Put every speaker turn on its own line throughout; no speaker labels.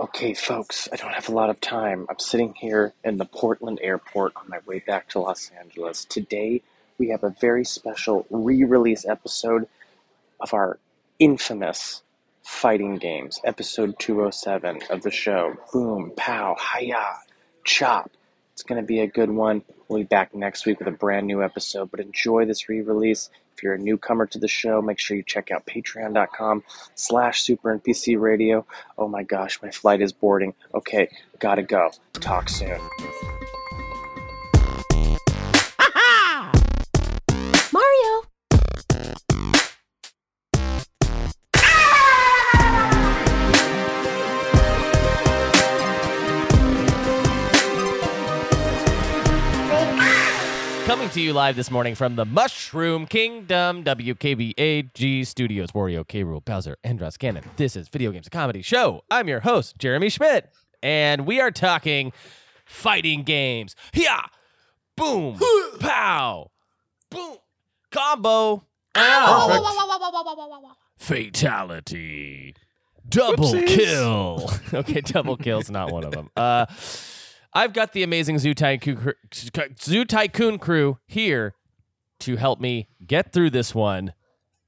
Okay, folks, I don't have a lot of time. I'm sitting here in the Portland airport on my way back to Los Angeles. Today, we have a very special re release episode of our infamous fighting games, episode 207 of the show. Boom, pow, hiya, chop. It's going to be a good one. We'll be back next week with a brand new episode, but enjoy this re-release. If you're a newcomer to the show, make sure you check out patreon.com slash super NPC radio. Oh my gosh, my flight is boarding. Okay, gotta go. Talk soon.
Mario!
Coming to you live this morning from the Mushroom Kingdom, WKBAG Studios, Wario, K. Rule, Bowser, and Ross Cannon. This is Video Games a Comedy Show. I'm your host, Jeremy Schmidt, and we are talking fighting games. Yeah, boom, pow, boom, combo, perfect, fatality, double kill. okay, double kill's not one of them. Uh, I've got the amazing Zoo Tycoon, cr- Zoo Tycoon crew here to help me get through this one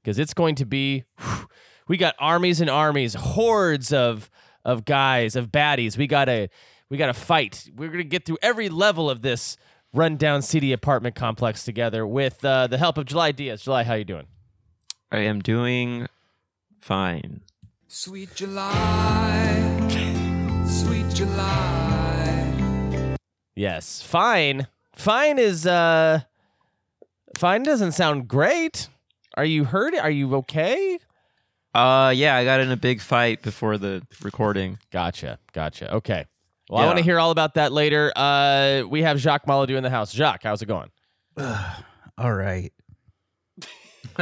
because it's going to be. whew, we got armies and armies, hordes of of guys, of baddies. We gotta we gotta fight. We're gonna get through every level of this rundown city apartment complex together with uh, the help of July Diaz. July, how you doing?
I am doing fine.
Sweet July, sweet July.
Yes, fine. Fine is uh, fine doesn't sound great. Are you hurt? Are you okay?
Uh yeah, I got in a big fight before the recording.
Gotcha. Gotcha. Okay. Well, I
Yeah.
want to hear all about that later. Uh, we have Jacques Maladou in the house. Jacques, how's it going?
All right.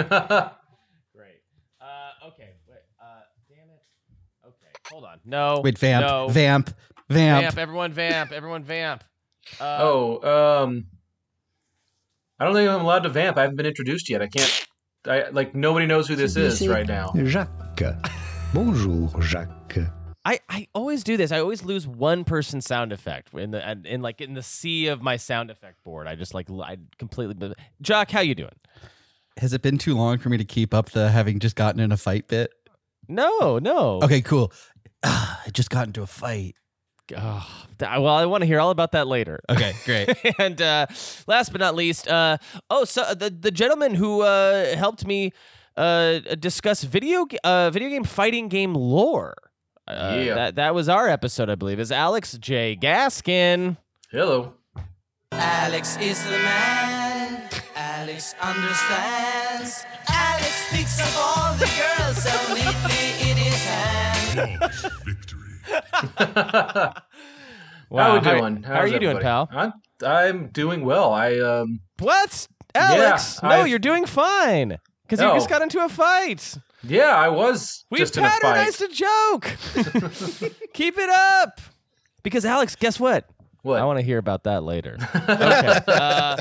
Great. Uh, okay. Wait. Uh, damn it. Okay. Hold on. No.
Wait, vamp,
No.
vamp, vamp,
Vamp. Everyone vamp. Everyone vamp. Uh,
Oh, um, I don't think I'm allowed to vamp. I haven't been introduced yet. I can't. I like nobody knows who this is right now.
Jacques. Bonjour, Jacques.
I, I always do this. I always lose one person's sound effect in the in, in like in the sea of my sound effect board. I just like l- I completely. Jacques, how you doing?
Has it been too long for me to keep up the having just gotten in a fight bit?
No. No.
Okay, cool. Ah, I just got into a fight.
Oh, well, I want to hear all about that later.
Okay, great.
and uh, last but not least, uh, oh, so the the gentleman who uh, helped me uh, discuss video g- uh, video game fighting game lore. Uh,
Yeah.
that that was our episode, I believe. Is Alex J Gaskin?
Hello.
Alex is the man. Alex understands. Alex picks up all the girls so neatly in his hand.
How we
how-
doing?
How, are
How's
you doing,
everybody?
pal?
I'm, I'm doing well. I um.
What, Alex?
Yeah,
no,
I-
you're doing fine. Because you
No.
just got into a fight.
Yeah, I was
We
just in a fight.
patronized a joke. Keep it up. Because Alex, guess what?
What?
I want to hear about that later. okay. Uh,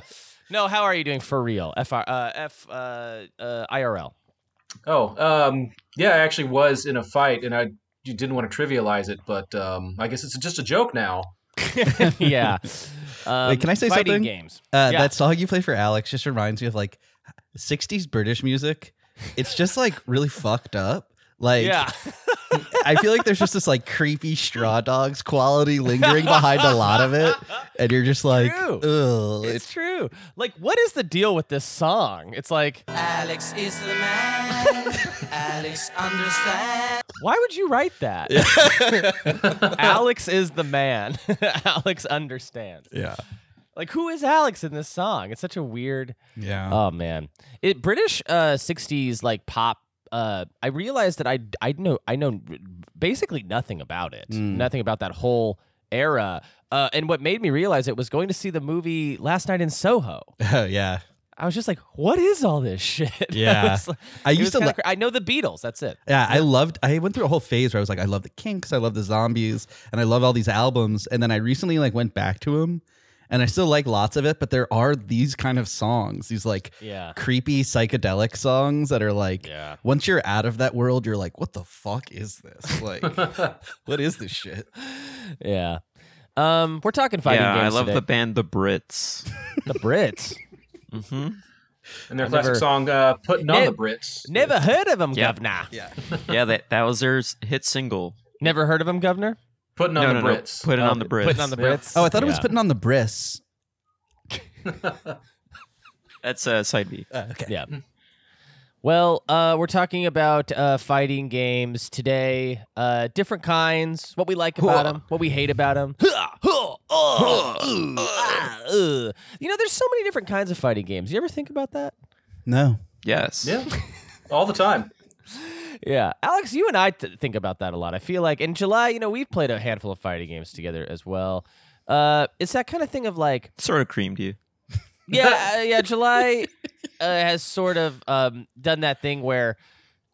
no, how are you doing for real? F R uh, F uh, uh, IRL.
Oh, um, yeah, I actually was in a fight, and I you didn't want to trivialize it, but um, I guess it's just a joke now.
yeah. Um,
can I say
fighting
something?
Games.
Uh,
Yeah.
That song you play for Alex just reminds me of like 60s British music. It's just like really fucked up. Like,
yeah.
I feel like there's just this like creepy straw dogs quality lingering behind a lot of it. And you're just like,
True.
ugh.
It's true. Like, what is the deal with this song? It's like,
Alex is the man. Alex understands.
why would you write that? Alex is the man. Alex understands.
yeah.
Like, who is Alex in this song? It's such a weird.
Yeah.
Oh man, it British uh, '60s like pop. Uh, I realized that I I know I know basically nothing about it,
Mm.
nothing about that whole era. Uh, and what made me realize it was going to see the movie Last Night in Soho.
oh, yeah.
I was just like, what is all this shit?
Yeah.
I, was like-
I
it
used
was
to
kinda
li-
cra- I know the Beatles. That's it.
Yeah, I loved. I went through a whole phase where I was like, I love the Kinks, I love the Zombies, and I love all these albums. And then I recently like went back to them, and I still like lots of it, but there are these kind of songs, these like
Yeah.
creepy psychedelic songs that are like
Yeah.
once you're out of that world, you're like, what the fuck is this? Like, what is this shit?
Yeah. Um, we're talking fighting
yeah, I
games
love
today.
the band The Brits.
the Brits.
hmm
And their
I've
classic
never-
song, uh, Putting on
Ne-
the Brits.
Never heard of them,
Yeah.
governor.
Yeah, that that was their s- hit single.
Never heard of them, governor.
Putting on
no,
the
no,
Brits.
no, put it
Oh,
on the Brits.
Putting on the
Yeah.
Brits.
Oh, I thought it was
Yeah.
putting on the bris.
That's uh, side B.
okay.
Yeah. Well, uh, we're talking about uh, fighting games today. Uh, different kinds. What we like about them. What we hate about them. Ah, You know, there's so many different kinds of fighting games. You ever think about that?
No.
Yes.
Yeah. All the time.
Yeah, Alex, you and I th- think about that a lot. I feel like in July, you know, we've played a handful of fighting games together as well. Uh, it's that kind of thing of like,
Sort of creamed you.
yeah, uh, yeah. July uh, has sort of um, done that thing where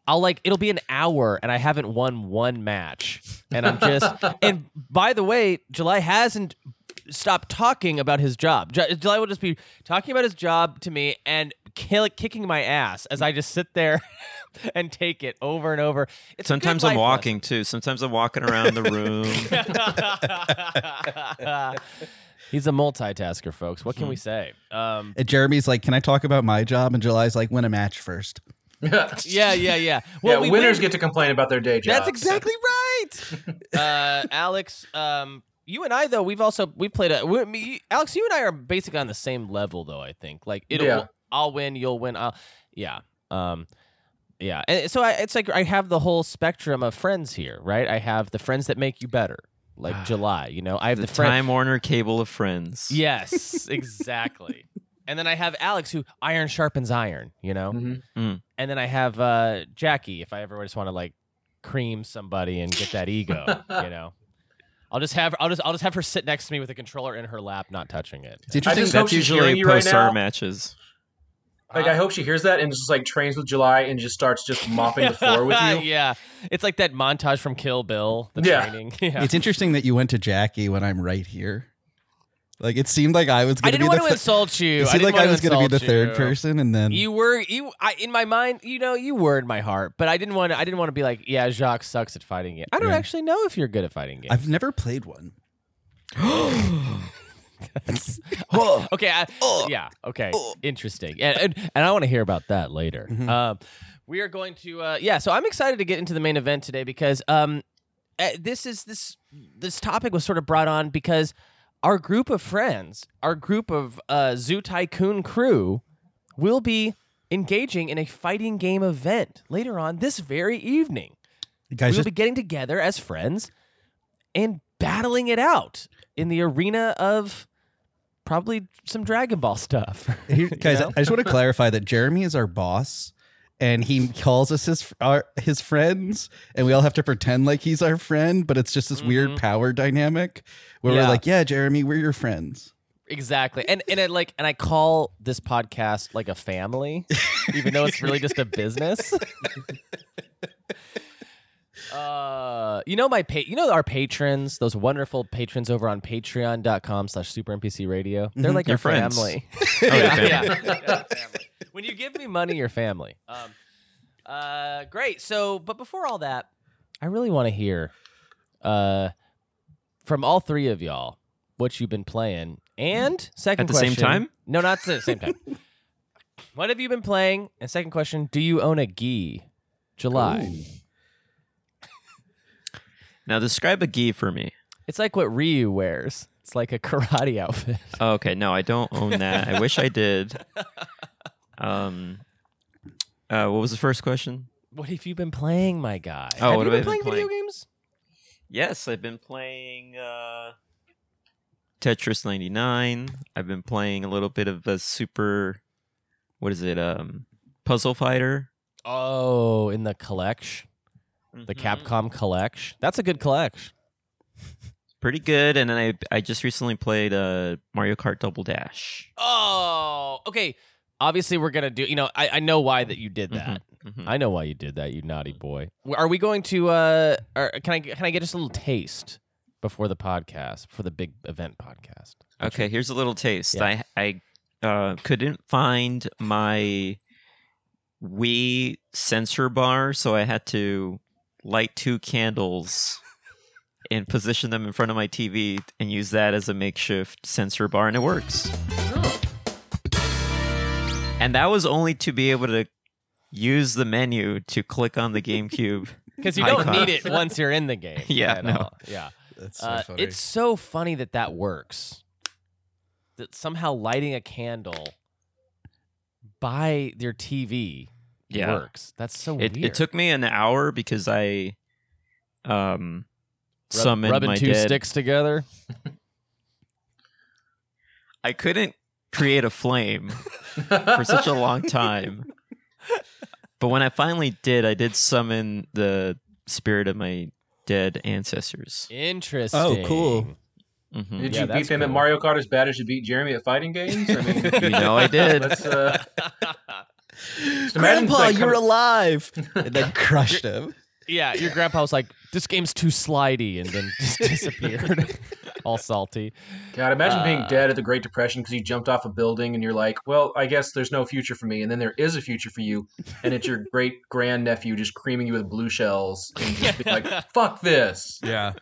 I'll like it'll be an hour and I haven't won one match, and I'm just. and by the way, July hasn't stopped talking about his job. Ju- July will just be talking about his job to me and kill- kicking my ass as I just sit there and take it over and over. It's a good
Sometimes I'm
life
walking too. Sometimes I'm walking around the room.
lesson. He's a multitasker, folks. What can we say? Um,
And Jeremy's like, can I talk about my job? And July's like, win a match first.
yeah,
yeah, yeah, yeah. Well, we
winners
win-
get to complain about their day job.
That's exactly right. uh, Alex, um, you and I though we've also we played a we, me, Alex. You and I are basically on the same level though. I think like it'll
Yeah.
I'll win, you'll win. I'll yeah. Um, yeah, and so I, it's like I have the whole spectrum of friends here, right? I have the friends that make you better, like July. You know, I have
the
the, friend-
Time Warner Cable of friends.
Yes, exactly. and then I have Alex, who iron sharpens iron, you know?
Mhm.
Mm.
And then I have uh, Jackie, if I ever just want to like cream somebody and get that ego, you know? I'll just have I'll just I'll just have her sit next to me with a controller in her lap, not touching it.
It's interesting.
just hope
That's
she's hearing
usually
you right
post our
now.
matches.
Like,
Uh,
I hope she hears that and just like trains with July and just starts just mopping the floor with you.
yeah, it's like that montage from Kill Bill, the
Yeah.
training. Yeah.
It's interesting that you went to Jackie when I'm right here. Like it seemed like I was
I
going
didn't
be
want
the
to
thi-
insult you.
It seemed
I
like
didn't
I was
going to
be the third
you.
person, and then
You were you I, in my mind, you know, you were in my heart, but I didn't want to. I didn't want to be like, yeah, Jacques sucks at fighting games. I don't
Yeah.
actually know if you're good at fighting games.
I've never played one.
okay, I, yeah, okay, interesting, and and, and I want to hear about that later. Um, we are going to, uh, yeah. So I'm excited to get into the main event today because um, eh, this is this this topic was sort of brought on because our group of friends, our group of uh, Zoo Tycoon crew, will be engaging in a fighting game event later on this very evening.
Guys,
we'll
just
be getting together as friends and battling it out in the arena of probably some Dragon Ball stuff.
Here, guys, I just want to clarify that Jeremy is our boss, and he calls us his our, his friends, and we all have to pretend like he's our friend, but it's just this weird power dynamic where
Mm-hmm. Yeah.
we're like, "Yeah, Jeremy, we're your friends."
exactly. And and I like and I call this podcast like a family, even though it's really just a business. Uh, you know my pa- you know our patrons, those wonderful patrons over on patreon.com slash super NPC radio. They're like
Your
our
friends.
family.
Oh,
yeah,
okay.
yeah. Yeah, family. When you give me money, your family. Um, uh, great. So, but before all that, I really want to hear uh, from all three of y'all what you've been playing. And second
At the same
question-
time?
No, not at the same time. what have you been playing? And second question, do you own a gi? July.
Now describe a gi for me.
It's like what Ryu wears. It's like a karate outfit.
Oh, okay, no, I don't own that. I wish I did. Um, uh, what was the first question?
What have you been playing, my guy?
Oh,
have
what
you
have I
been
been
playing video games?
Yes, I've been playing uh, Tetris 99. I've been playing a little bit of a super, what is it? Um, Puzzle Fighter.
Oh, in the collection. the Capcom collection. That's a good collection.
Pretty good. And then I I just recently played uh, Mario Kart Double Dash.
Oh, okay. Obviously, we're gonna do. You know, I, I know why that you did that.
Mhm.
I know why you did that, you naughty boy. W- Are we going to? uh are, Can I can I get just a little taste before the podcast, before the big event podcast.
Okay, here's a little taste.
Yeah.
I I uh, couldn't find my Wii sensor bar, so I had to light two candles and position them in front of my TV and use that as a makeshift sensor bar, and it works.
Oh.
And that was only to be able to use the menu to click on the GameCube.
Because you don't
Icon.
need it once you're in the game.
Yeah,
at
no.
all. yeah.
That's
Uh, it's so funny that that works. That somehow lighting a candle by your TV works. That's so
It,
weird.
it took me an hour because I um
Rub-
summoned
rubbing
my
two
dead.
sticks together.
I couldn't create a flame for such a long time. But when I finally did, I did summon the spirit of my dead ancestors.
Interesting.
Oh,
hmm
Did
Yeah,
you
that's
beat them at
cool.
Mario Kart as bad as you beat Jeremy at fighting games? I mean,
You know I did.
Let's, uh, just imagine,
Grandpa,
like,
you're
come-
alive. And then crushed him.
Yeah, your grandpa was like, "This game's too slidey," and then just disappeared, all salty.
God, imagine being
Uh,
dead at the Great Depression because you jumped off a building and you're like, well, I guess there's no future for me. And then there is a future for you. And it's your great grandnephew just creaming you with blue shells and just being like, fuck this.
Yeah.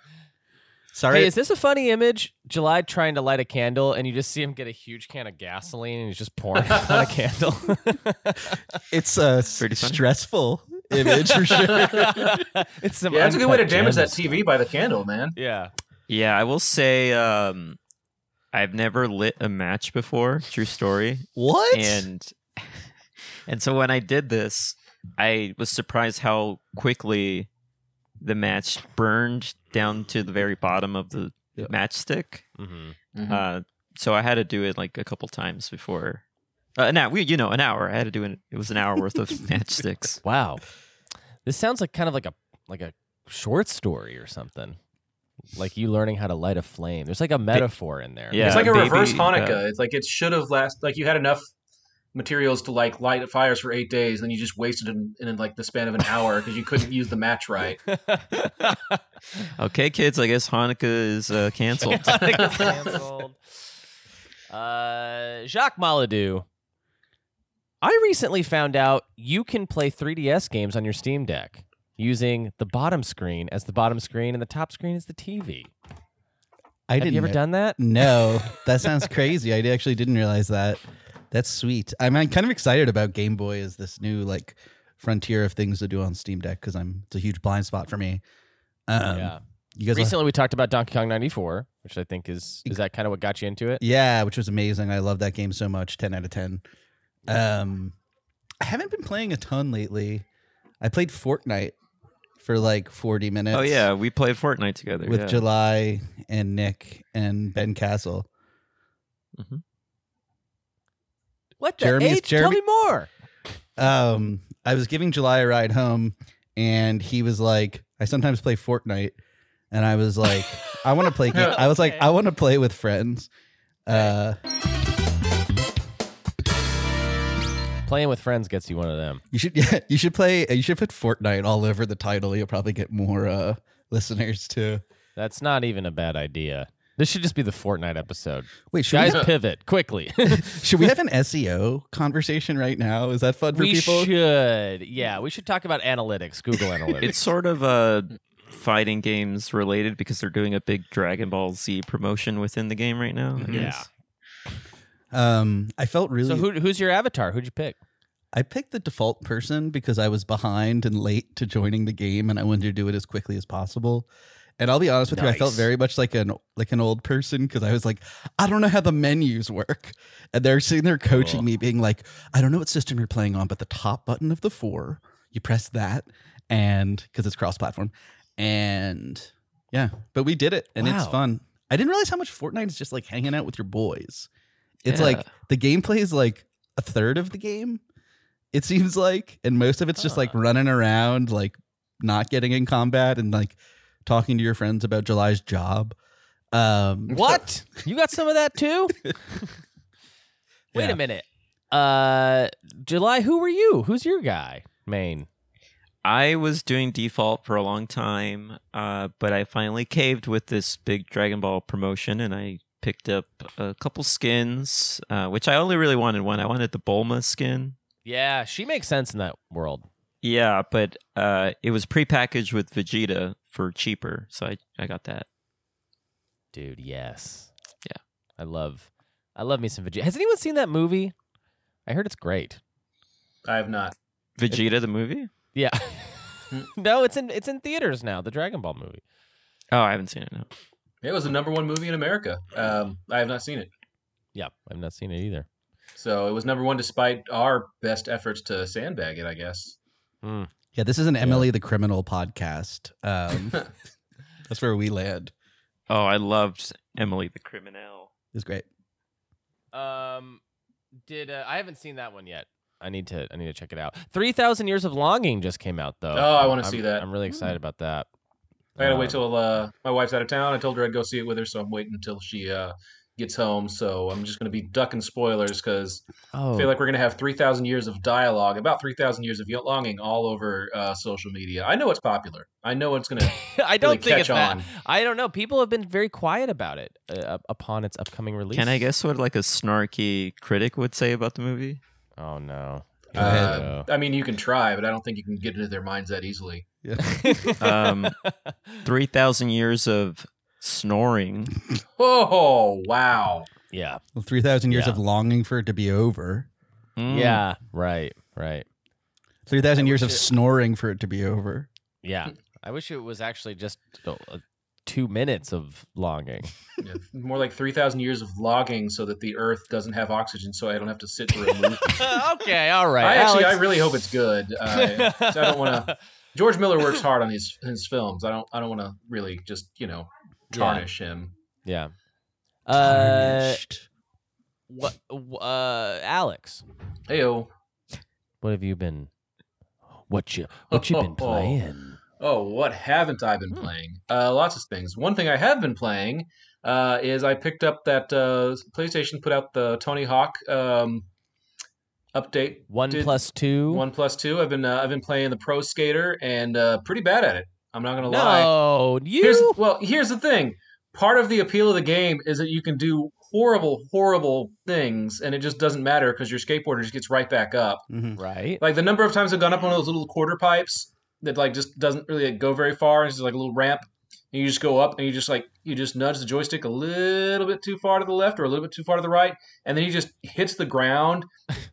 Sorry.
Hey, is this a funny image? July trying to light a candle, and you just see him get a huge can of gasoline, and he's just pouring it on a candle.
it's a s-
Pretty funny.
stressful image for sure.
it's some
Yeah, that's a good way to
uncut
damage that
gems.
TV by the candle, man.
Yeah,
Yeah, I will say um I've never lit a match before, true story.
What?
and and so when I did this, I was surprised how quickly the match burned down to the very bottom of the matchstick.
Mhm.
Mhm.
Uh, so I had to do it like a couple times before. Uh, an hour, you know, an hour. I had to do it. It was an hour worth of matchsticks.
Wow, this sounds like kind of like a like a short story or something. Like you learning how to light a flame. There's like a metaphor in there.
Yeah.
it's like a
baby,
reverse
uh,
Hanukkah. it's like it should have last. Like you had enough materials to like light fires for eight days, and then you just wasted in, in like the span of an hour because you couldn't use the match right.
Okay, kids, I guess Hanukkah is uh, canceled.
canceled. Uh, Jacques Maladou. I recently found out you can play 3DS games on your Steam Deck using the bottom screen as the bottom screen and the top screen is the TV.
I
Have
didn't
you ever
know-
done that?
No, that sounds crazy. I actually didn't realize that. That's sweet. I'm uh, kind of excited about Game Boy as this new like frontier of things to do on Steam Deck because I'm it's a huge blind spot for me. Um,
yeah.
You guys, will-
Recently, we talked about Donkey Kong 94, which I think is is that kind of what got you into it?
yeah, which was amazing. I love that game so much. Ten out of ten. Um, I haven't been playing a ton lately. I played Fortnite for like 40 minutes.
oh yeah, we played Fortnite together.
with
yeah.
July and Nick and Ben Castle.
What the
Jeremy's-
age? Tell me
Jeremy-
more.
um, I was giving July a ride home, and he was like, "I sometimes play Fortnite," and I was like, "I want to play." Game. I was like, "I want to play with friends." Uh,
Playing with friends gets you one of them.
you should, yeah, you should play. You should put Fortnite all over the title. You'll probably get more uh, listeners too.
That's not even a bad idea. This should just be the Fortnite episode.
Wait, should
Guys, uh,
we have,
pivot quickly.
should we have an SEO conversation right now? Is that fun for
we
people?
should yeah we should talk about analytics google analytics
It's sort of uh, fighting games related because they're doing a big Dragon Ball Z promotion within the game right now. I
Yeah.
guess.
Um, I felt really.
so who, who's your avatar who'd you pick
I picked the default person because I was behind and late to joining the game, and I wanted to do it as quickly as possible. And I'll be honest with you, I felt
Nice.
very much like an like an old person because I was like, I don't know how the menus work, and they're sitting there coaching
Cool.
me, being like, I don't know what system you're playing on, but the top button of the four, you press that, and because it's cross platform, and yeah, but we did it, and it's
Wow.
fun. I didn't realize how much Fortnite is just like hanging out with your boys. It's
Yeah.
like the gameplay is like a third of the game. It seems like, and most of it's just like running around, like not getting in combat, and like talking to your friends about July's job. Um,
what you got some of that too wait
Yeah.
a minute uh july who were you who's your guy main
I was doing default for a long time, uh, but I finally caved with this big Dragon Ball promotion, and I picked up a couple skins, uh, which I only really wanted one. I wanted the Bulma skin.
Yeah, she makes sense in that world.
Yeah, but uh, it was prepackaged with Vegeta for cheaper, so I, I got that.
Dude, yes.
Yeah.
I love I love me some Vegeta. Has anyone seen that movie? I heard it's great.
I have not.
Vegeta the movie?
Yeah.
Hmm.
no, it's in it's in theaters now, the Dragon Ball movie.
Oh, I haven't seen it. No.
It was the number one movie in America. Um, I have not seen it.
Yeah, I've not seen it either.
So it was number one despite our best efforts to sandbag it, I guess.
Yeah, this is an Emily the Criminal podcast. Um, that's where we land.
Oh, I loved Emily the Criminal.
It's great.
Um, did uh, I haven't seen that one yet? I need to. I need to check it out. Three thousand years of longing just came out though.
Oh, I wanna
I'm-
see that.
I'm really excited about that.
I gotta
Um,
wait till uh, my wife's out of town. I told her I'd go see it with her, so I'm waiting until she uh, gets home. So I'm just gonna be ducking spoilers because I
Oh,
feel like we're gonna have three thousand years of dialogue, about three thousand years of longing, all over uh, social media. I know it's popular. I know it's gonna.
I don't
really
think
catch
it's that.
on.
I don't know. People have been very quiet about it uh, up- upon its upcoming release.
Can I guess what like a snarky critic would say about the movie?
Oh no.
Go ahead.
Uh, I mean, you can try, but I don't think you can get into their minds that easily.
Um, Three thousand years of snoring.
Oh wow!
yeah.
Well, 3,000 years
Yeah.
of longing for it to be over.
Mm.
Yeah. Right. Right.
3,000 years of
wish it-
snoring for it to be over.
Yeah. I wish it was actually just uh, two minutes of longing.
Yeah, more like three thousand years of logging, so that the Earth doesn't have oxygen, so I don't have to sit through a movie.
okay. All right.
I actually,
Alex.
I really hope it's good. Uh, 'cause I don't want to. George Miller works hard on his his films. I don't I don't want to really just you know tarnish him.
Yeah. Uh,
Tarnished.
what? Uh, Alex,
Heyo.
what have you been? What you? What you been playing?
Oh, what haven't I
Hmm.
been playing? Uh, lots of things. One thing I have been playing uh, is I picked up that uh, PlayStation put out the Tony Hawk um, update
One
Did-
plus two.
one plus two. I've been uh, I've been playing the Pro Skater and uh, pretty bad at it. I'm not gonna lie.
no, you.
Here's, well, here's the thing. Part of the appeal of the game is that you can do horrible, horrible things, and it just doesn't matter because your skateboarder just gets right back up.
Mhm.
right.
Like the number of times I've gone up one of those little quarter pipes that like just doesn't really go very far. It's just like a little ramp, and you just go up, and you just like you just nudge the joystick a little bit too far to the left or a little bit too far to the right, and then he just hits the ground,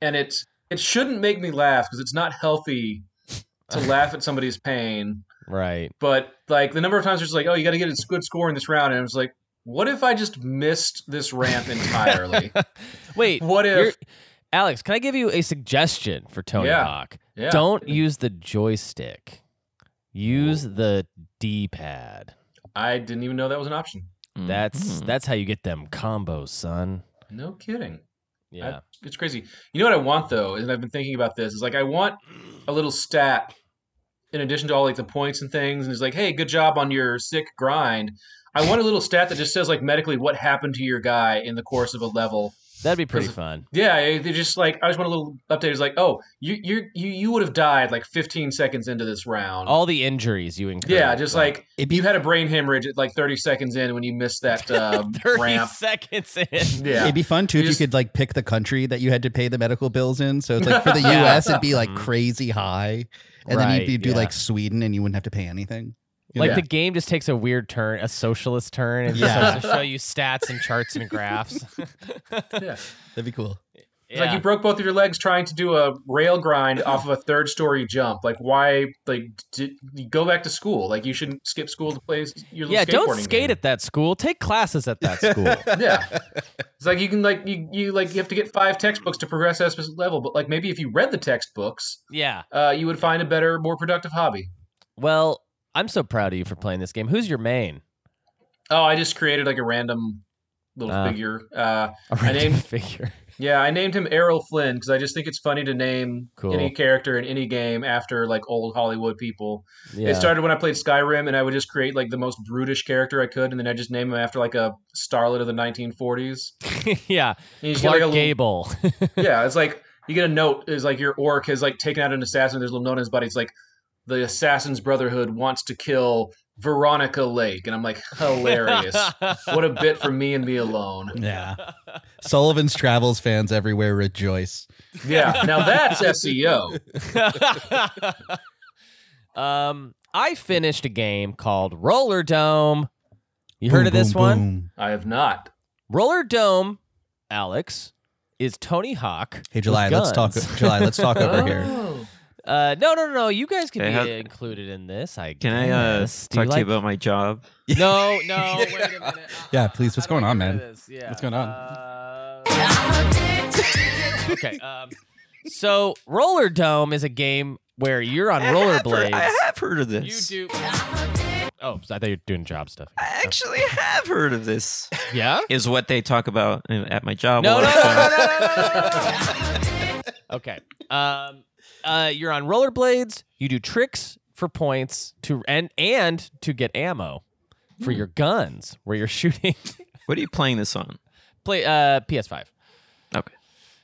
and it's it shouldn't make me laugh because it's not healthy to laugh at somebody's pain.
Right.
But like the number of times it's like, oh, you got to get a good score in this round, and I was like, what if I just missed this ramp entirely?
Wait.
What if-
you're- Alex, can I give you a suggestion for Tony
Yeah.
Hawk?
yeah.
Don't use the joystick. Use the D-pad.
I didn't even know that was an option.
Mm.
That's
Mm.
that's how you get them combos, son.
No kidding. I-
Yeah.
it's crazy. You know what I want though, and I've been thinking about this. Is like I want a little stat in addition to all like the points and things, and it's like, hey, good job on your sick grind. I want a little stat that just says like medically what happened to your guy in the course of a level
That'd be pretty
Doesn't-
fun.
Yeah, it- they just like I just want a little update. It's like, oh, you you you you would have died like 15 seconds into this round.
All the injuries you incurred.
yeah, just
right?
like
It'd be
you had a brain hemorrhage at like 30 seconds in when you missed that um,
30
ramp.
seconds in.
Yeah,
It'd be fun too
You
if
just-
you could like pick the country that you had to pay the medical bills in. So it's like for the
Yeah.
U.S. it'd be like
Mhm.
crazy high, and then
Right,
you'd, you do
yeah.
like Sweden and you wouldn't have to pay anything.
Like
Yeah.
the game just takes a weird turn, a socialist turn, and
Yeah.
starts to show you stats and charts and graphs.
yeah.
That'd be cool.
It's like you broke both of your legs trying to do a rail grind off of a third story jump. Like why? Like d- d- go back to school. Like you shouldn't skip school to play s- your little
yeah, don't
skateboarding
skate
game.
at that school. Take classes at that school.
yeah it's like you can like you, you like you have to get five textbooks to progress at a specific level but like maybe if you read the textbooks
yeah.
uh, you would find a better more productive hobby
Well, I'm so proud of you for playing this game. Who's your main?
oh i just created like a random little
Ah.
figure uh,
A random
named-
figure.
yeah i named him errol flynn because i just think it's funny to name
Cool.
any character in any game after like old hollywood people
Yeah.
It started when I played Skyrim, and I would just create like the most brutish character I could, and then I just name him after like a starlet of the 1940s.
yeah.
And you just get,
Clark
like, a little-
Gable.
yeah, it's like you get a note. It's like your orc has like taken out an assassin. There's a little note on his body. It's like the Assassin's Brotherhood wants to kill Veronica Lake, and I'm like, hilarious. what a bit for me and me alone.
Yeah. Sullivan's Travels fans everywhere rejoice.
Yeah, now that's E SEO.
um, I finished a game called Roller Dome. You heard of this one?
I have not.
Roller Dome, Alex, is Tony Hawk.
Hey,
with
July, let's talk.
guns.
July, let's talk over here.
Oh.
Uh, no, no, no, no. You guys can
Hey,
be
how-
included in this. I
Can I uh,
guess. Do
talk to
like-
you about my job?
No, no. Wait a minute. Uh-uh.
Yeah, please, what's
How do
going on,
I get rid
man?
of this? Yeah.
What's going on?
Uh, okay. Um, so, Roller Dome is a game where you're on
I have, heard, I
rollerblades.
have heard of
You
this.
do. Oh, so I thought you were doing job stuff.
I actually have heard of this.
Yeah.
Is what they talk about uh, at my job.
No,
all
no,
the
no,
time.
no, no, no, no, no, no. Okay. Um, uh, you're on rollerblades. You do tricks for points to and and to get ammo for your guns where you're shooting.
What are you playing this on?
Play uh, PS5.
Okay.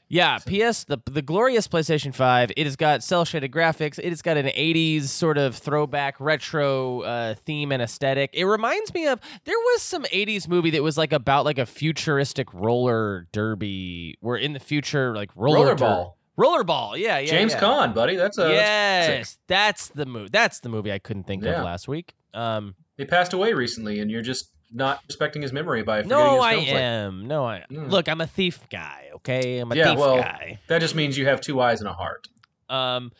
Yeah, PS the the glorious PlayStation 5. It has got cell shaded graphics. It has got an 80s sort of throwback retro uh, theme and aesthetic. It reminds me of there was some 80s movie that was like about like a futuristic roller derby where in the future like roller der-
Rollerball.
rollerball. Yeah, yeah.
James
yeah.
Caan, buddy. That's a
yes,
sick.
that's the movie. That's the movie I couldn't think
Yeah.
of last week. Um
He passed away recently, and you're just not respecting his memory by forgetting
no,
his
I
films like-
am. No, I
Mm.
Look, I'm a thief guy, okay? I'm a
Yeah,
thief
well,
guy.
That just means you have two eyes and a heart.
Um,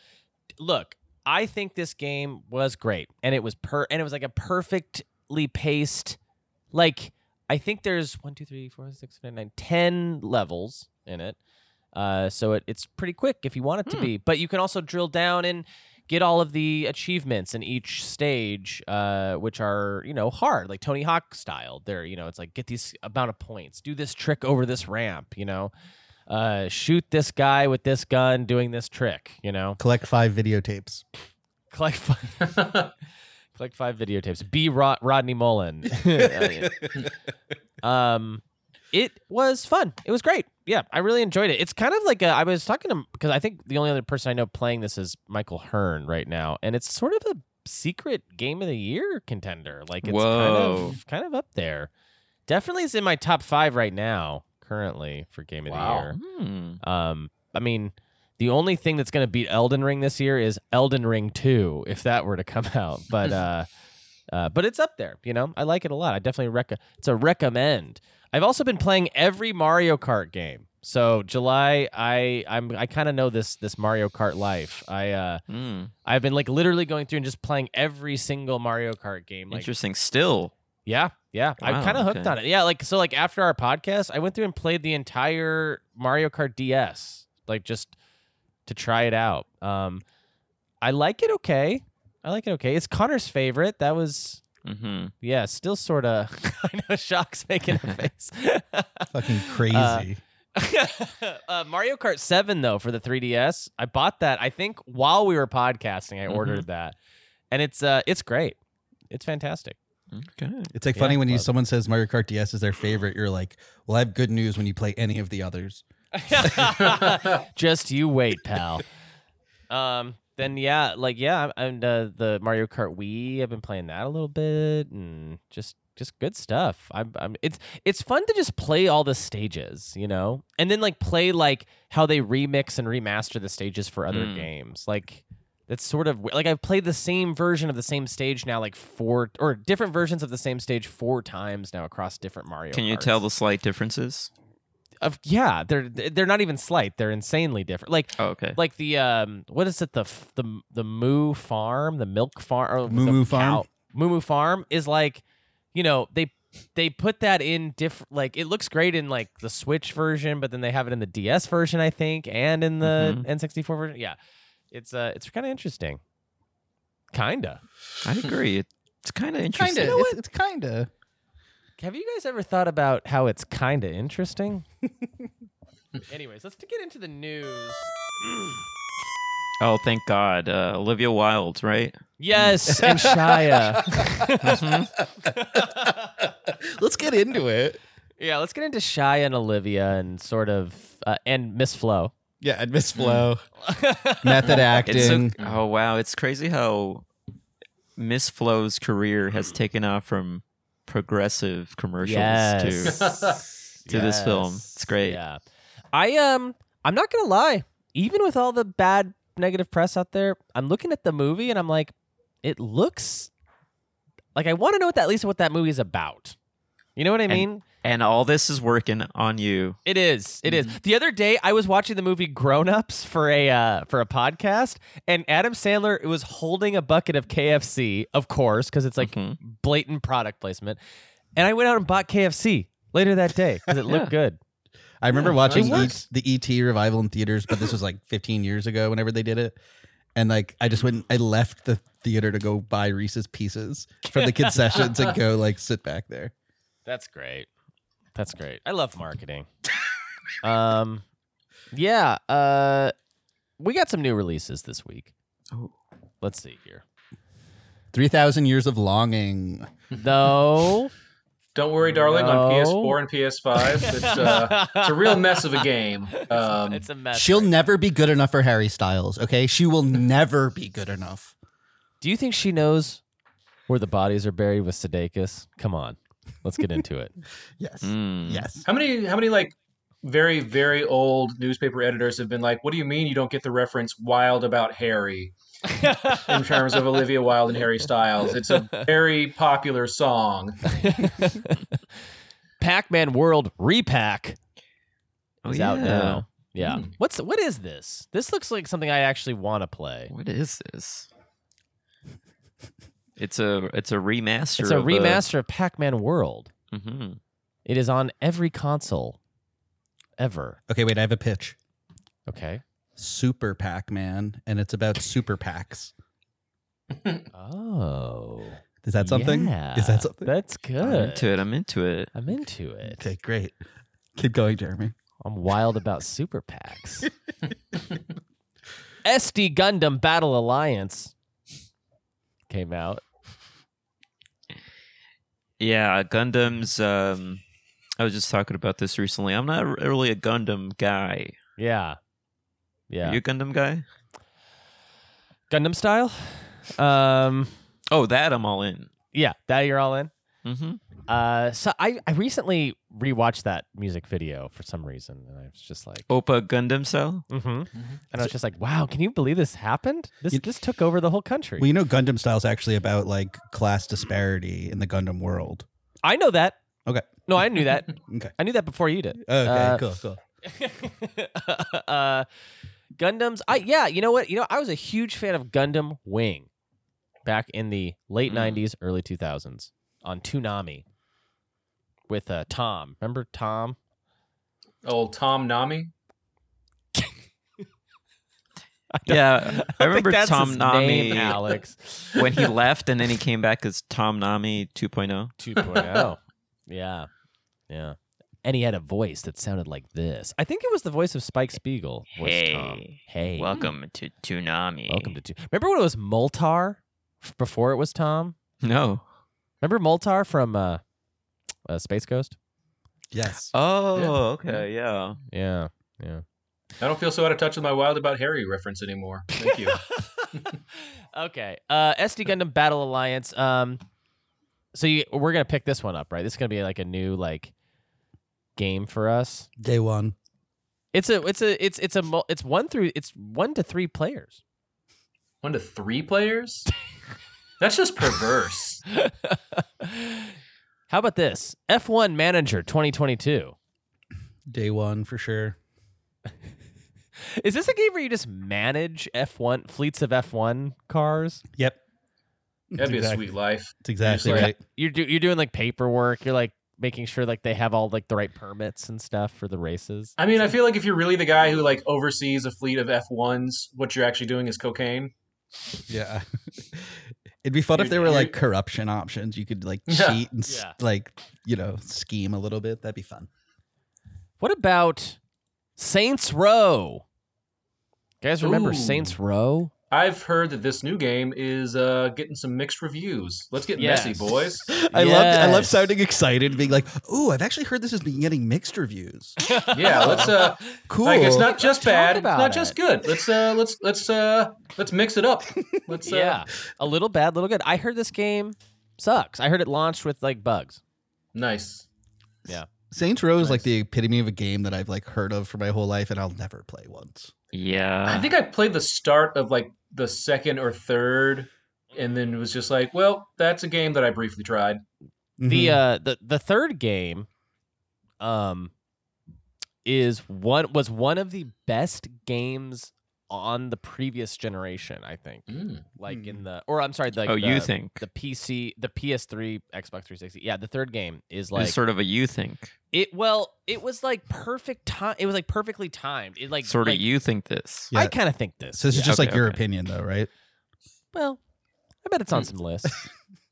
look, I think this game was great, and it was per and it was like a perfectly paced. Like I think there's one, two, three, four, six, seven, eight, nine, ten levels in it. Uh, so it, it's pretty quick if you want it to be, but you can also drill down and get all of the achievements in each stage, uh, which are you know hard, like Tony Hawk style. There, you know, it's like get these amount of points, do this trick over this ramp, you know, uh, shoot this guy with this gun doing this trick, you know,
Collect five videotapes.
collect five, collect five videotapes. Be Rod- Rodney Mullen. Uh, yeah. um, it was fun. It was great. Yeah, I really enjoyed it. It's kind of like a, I was talking to because I think the only other person I know playing this is Michael Hearn right now, and it's sort of a secret game of the year contender. Like it's
Whoa.
kind of kind of up there. Definitely is in my top five right now currently for game of
Wow.
the year.
Hmm.
Um, I mean, the only thing that's going to beat Elden Ring this year is Elden Ring Two, if that were to come out. But uh, uh, but it's up there. You know, I like it a lot. I definitely rec. It's a recommend. I've also been playing every Mario Kart game. So July, I I'm I kind of know this this Mario Kart life. I uh
Hmm.
I've been like literally going through and just playing every single Mario Kart game. Like
Interesting. Still.
yeah, yeah. I'm
Wow,
kind of hooked
okay.
on it. Yeah, like so like after our podcast, I went through and played the entire Mario Kart DS, like just to try it out. Um I like it okay. I like it okay. It's Connor's favorite. That was
hmm
yeah, still sort of I know Shock's making a face.
Fucking crazy.
uh, Mario Kart 7 though for the 3DS. I bought that I think while we were podcasting I
Mhm.
ordered that. And it's uh it's great. It's fantastic.
Okay.
it's like
yeah,
funny when you
love it.
someone says Mario Kart DS is their favorite. You're like, well, I have good news when you play any of the others.
Just you wait, pal. Um, then yeah, like yeah, and uh, the Mario Kart Wii. I've been playing that a little bit, and just just good stuff. I'm, I'm it's it's fun to just play all the stages, you know, and then like play like how they remix and remaster the stages for other
Mm.
games, like. That's sort of like I've played the same version of the same stage now, like four or different versions of the same stage four times now across different Mario.
Can you
Karts.
tell the slight differences?
Of yeah, they're they're not even slight. They're insanely different. Like
Oh, okay.
like the um what is it the f- the the moo farm the milk farm or
Moo
the
Moo Farm?
cow- moo moo farm is like you know they they put that in different like it looks great in like the switch version but then they have it in the ds version i think and in the
Mm-hmm.
Mhm.
n64 version yeah it's uh it's kind of interesting kinda
I agree. It- It's kind of interesting.
You know what? It's, it's kinda.
have you guys ever thought about how it's kinda interesting anyways let's get into the news
Oh, thank God. Uh, Olivia Wilde, right?
yes and shia
Mm-hmm. Let's get into it.
Yeah, let's get into Shia and Olivia and sort of uh, and Miss Flo.
Yeah, I'd miss flow. Mm. Method acting.
It's so, oh wow, it's crazy how Miss Flo's career has taken off from progressive commercials to to this film.
Yes.
It's great.
Yeah. I um I'm not gonna lie, even with all the bad negative press out there, I'm looking at the movie and I'm like, it looks like I want to know what that at least what that movie is about. You know what I
And-
mean?
And all this is working on you.
It is. It
Mm-hmm.
is. The other day, I was watching the movie Grown Ups for a uh, for a podcast, and Adam Sandler was holding a bucket of KFC, of course, because it's like
Mhm.
Mm-hmm.
blatant product placement. And I went out and bought KFC later that day because it looked good.
I remember watching
It
e- the ET revival in theaters, but this was like 15 years ago whenever they did it. And like I just went I left the theater to go buy Reese's pieces from the concessions and go like sit back there.
That's great. That's great. I love marketing. um, yeah. Uh, we got some new releases this week. Let's see here.
3000 years of longing.
No.
Don't worry, darling.
No.
On PS4 and PS5, it's, uh, it's a real mess of a game. Um,
it's a mess.
She'll
right
never be good enough for Harry Styles, okay? She will never be good enough.
Do you think she knows where the bodies are buried with Sudeikis? Come on, let's get into it.
Yes.
Mm.
Yes.
how many? How many like? Very, very old newspaper editors have been like, "What do you mean you don't get the reference wild about Harry?" in terms of Olivia Wilde and Harry Styles, it's a very popular song.
Pac-Man World Repack
Oh,
is out
yeah. Hmm.
now. Yeah, what's what is this? This looks like something I actually want to play.
What is this? It's a it's a remaster.
It's a
of
remaster of Pac-Man World.
Mhm.
It is on every console ever.
Okay, wait, I have a pitch.
Okay.
Super Pac-Man and it's about super packs.
Oh,
Is that something?
Yeah.
Is that something?
That's
I'm
good.
into it. I'm into it.
I'm into it.
Okay, great. Keep going, Jeremy.
I'm wild about super packs. SD Gundam Battle Alliance came out.
Yeah, Gundams. Um, I was just talking about this recently. I'm not really a Gundam guy.
Yeah.
Are
Yeah.
you a Gundam guy?
Gundam style? Um
Oh, that I'm all in.
yeah, that you're all in.
Mm-hmm.
Uh so I I recently rewatched that music video for some reason and I was just like
Oh.
Opa Gundam Cell.
mm-hmm. And I was just like, wow, can you believe this happened? This
You-
this took over the whole country.
Well, you know, Gundam style is actually about like class disparity in the Gundam world.
I know that.
Okay.
No, I knew that.
Okay.
I knew that before you did.
Okay.
Uh,
cool. Cool.
uh, Gundams. I yeah, you know what? You know, I was a huge fan of Gundam Wing back in the late
Mm.
'90s, early 2000s on Toonami with uh, Tom. Remember Tom?
Old Tom Nami.
don't-
Yeah, I,
don't
remember
think that's
Tom
his
Nami
name, Alex
when he left, and then he came back as Tom Nami oh. 2.0.
2.0. oh. yeah, yeah. And he had a voice that sounded like this. I think it was the voice of Spike Spiegel. voiced Tom.
Hey,
hey,
Welcome to Toonami.
Hmm. welcome to. Two- Remember when it was Moltar f- before it was Tom?
no.
Remember Moltar from uh, uh, Space Ghost?
Yes.
Oh, okay, yeah.
Yeah.
I don't feel so out of touch with my wild about Harry reference anymore. Thank you.
okay. Uh, SD Gundam Battle Alliance. Um, so you, we're gonna pick this one up, right? This is gonna be like a new like game for us.
Day one.
It's a it's a it's it's a mul- it's one through it's one to three players.
One to three players? That's just perverse.
How about this F1 Manager 2022?
Day one for sure.
Is this a game where you just manage F1 fleets of F1 cars?
Yep.
That'd be a
exactly,
sweet life.
That's exactly
Usually.
right.
You're do, you're doing like paperwork. You're like making sure like they have all like the right permits and stuff for the races.
I mean, I feel like if you're really the guy who like oversees a fleet of F1s, what you're actually doing is cocaine.
Yeah. It'd be fun if
You're-
there were like
you're-
corruption options. You could like
Yeah.
cheat and s-
Yeah.
like you know scheme a little bit. That'd be fun.
What about Saints Row? You guys remember
Ooh.
Saints Row?
I've heard that this new game is uh, getting some mixed reviews. Let's get
Yes.
messy, boys.
I love I love
Yes.
sounding excited, being like, "Oh, I've actually heard this has been getting mixed reviews."
Yeah, let's. Uh,
Cool.
Like it's not just
talk
bad, it's
about
not just
it.
good. Let's uh, let's let's uh, let's mix it up. Let's uh,
yeah, a little bad, little good. I heard this game sucks. I heard it launched with like bugs.
nice.
Saints Row is like the epitome of a game that I've like heard of for my whole life, and I'll never play once.
Yeah.
I think I played the start of like the second or third, and then was just like, well, that's a game that I briefly tried.
The
Mm-hmm.
Mhm.
uh the the third game, um, is one was one of the best games on the previous generation. I think,
Mm.
like
Hmm.
in the or I'm sorry, like
oh,
the,
you think?
the PC, the PS3, Xbox 360. Yeah, the third game is like
it's sort of a you think.
it. Well, it was like perfect time. It was like perfectly timed. It like
sort of
like-
you think this.
Yeah.
I kind of think this.
so this is
yeah,
just like
okay,
your
okay.
opinion, though, right?
Well, I bet
Hmm.
it's on some list.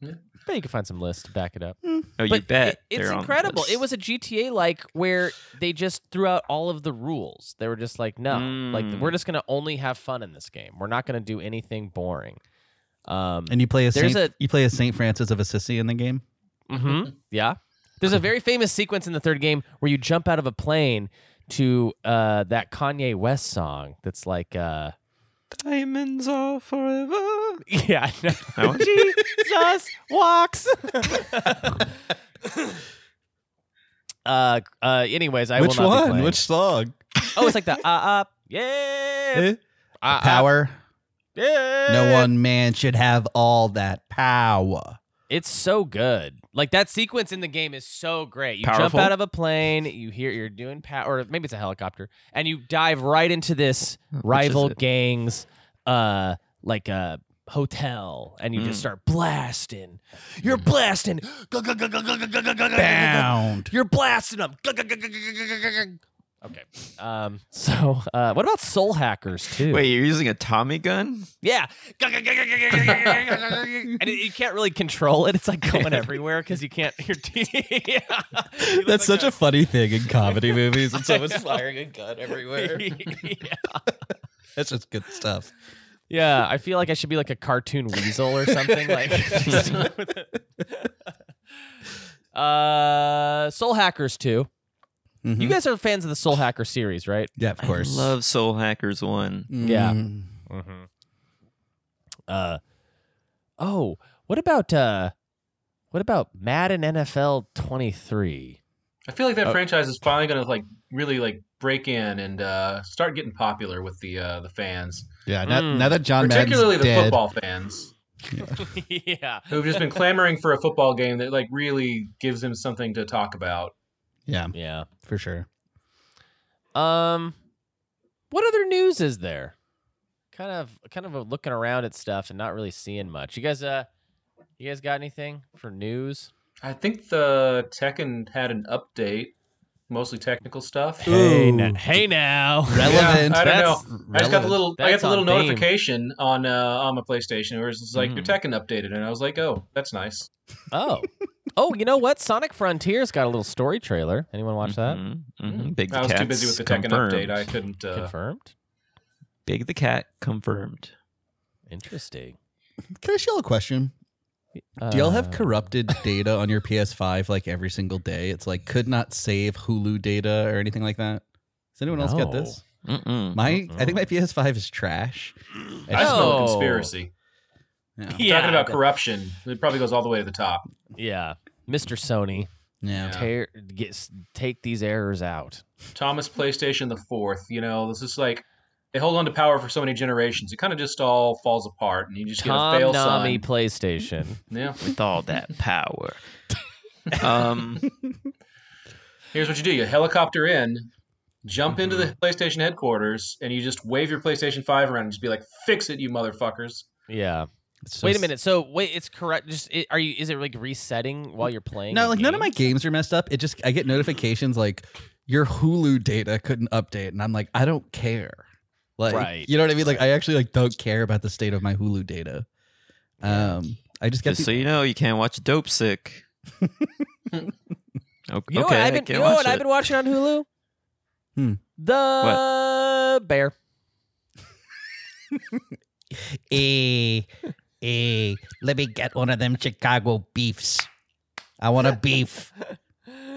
Yeah.
bet you can find some list to back it up.
Oh, you
but
bet.
it- it's
they're on the
incredible. It
list.
was a GTA like where they just threw out all of the rules. They were just like, no, like
Mm.
we're just gonna only have fun in this game. We're not gonna do anything boring. Um,
And you play a
There's
Saint, you play a Saint Francis of Assisi in the game.
Mm-hmm.
mhm, yeah. There's a very famous sequence in the third game where you jump out of a plane to uh, that Kanye West song that's like, uh,
Diamonds are forever.
yeah, I know.
That one?
Jesus walks. uh, uh, anyways, I
Which
will not be
one?
playing.
Which song?
Oh, it's like the uh, uh yeah,
Eh?
uh, uh,
Power.
yeah.
No one man should have all that power.
It's so good. Like that sequence in the game is so great. You
Powerful.
jump out of a plane. You hear you're doing power, or maybe it's a helicopter, and you dive right into this
Which
rival
is it?
gangs, uh, like a hotel, and you just
Mm.
start blasting. You're blasting. Gu- gu- gu- gu- gu- gu- gu- gu- gu- gu-
Bound.
You're blasting them. Okay. Um. So, uh, what about Soul Hackers too?
Wait, you're using a Tommy gun?
Yeah. and it, you can't really control it. It's like going everywhere because you can't. Your teeth. yeah. You look
That's
like
such a funny thing in comedy movies. It's always firing a gun everywhere.
yeah.
That's just good stuff.
yeah. I feel like I should be like a cartoon weasel or something. Like. uh, Soul Hackers too.
Mhm.
You guys are fans of the Soul Hacker series, right?
yeah, of course.
I love Soul Hackers 1.
Yeah.
Mm.
Mm-hmm. Uh, oh, what about uh, what about Madden NFL 23?
I feel like that
Oh.
franchise is finally gonna like really like break in and uh, start getting popular with the uh, the fans,
Yeah. Now,
Mm.
now that John Madden's
particularly the
dead,
football fans
yeah.
who've just been clamoring for a football game that like really gives them something to talk about.
Yeah,
Yeah.
for sure.
Um, what other news is there? Kind of, kind of looking around at stuff and not really seeing much. You guys, uh, you guys got anything for news?
I think the Tekken had an update, mostly technical stuff.
Hey, na-
hey now,
Relevant.
I don't know.
That's-
I just got
relevant.
the little I got
That's
the little
on theme. Mm-hmm.
notification on uh, on my PlayStation where it's like your
Mm.
Tekken updated, and I was like, oh, that's nice.
Oh, oh, you know what? Sonic Frontiers got a little story trailer. Anyone watch
Mm-hmm.
that? Mm.
hmm Big
I
the
was
Cat's
too busy with the Tekken
confirmed.
update. I couldn't. Uh,
Confirmed.
Big the Cat confirmed.
Interesting.
Can I ask y'all a question? Do y'all have
Uh,
corrupted data on your PS5 like every single day? It's like could not save Hulu data or anything like that. Does anyone else get
No.
this?
Mm-mm.
My, I think my PS5 is trash.
I just know
No.
a conspiracy.
Yeah.
Oh. Yeah,
Talking about
that-
corruption, it probably goes all the way to the top.
Yeah, Mr. Sony,
Yeah.
Yeah.
tear, get, s- take these errors out.
Thomas PlayStation the fourth. You know, this is like they hold on to power for so many generations. It kind of just all falls apart, and you just get a
Tom
fail
Nami
son.
PlayStation.
Yeah.
With all that power. um,
Here's what you do: you helicopter in, jump into the
Mm-hmm.
PlayStation headquarters, and you just wave your PlayStation Five around and just be like, "Fix it, you motherfuckers."
Yeah.
It's so
wait a
s-
minute. So wait, it's correct. Just it, are you? Is it like resetting while you're playing?
No,
the
like none of
game?
my games are messed up. It just I get notifications like your Hulu data couldn't update, and I'm like, I don't care. Like
Right,
you know what I mean? Like I actually like don't care about the state of my Hulu data. Um I just get
just so
the,
you know, you can't watch Dope Sick. O- okay,
You know what
I
I've been.
can't
You know
watch
what I've
it.
been watching on Hulu?
Hmm.
The Bear.
Eh, eh, let me get one of them Chicago beefs. I want a beef,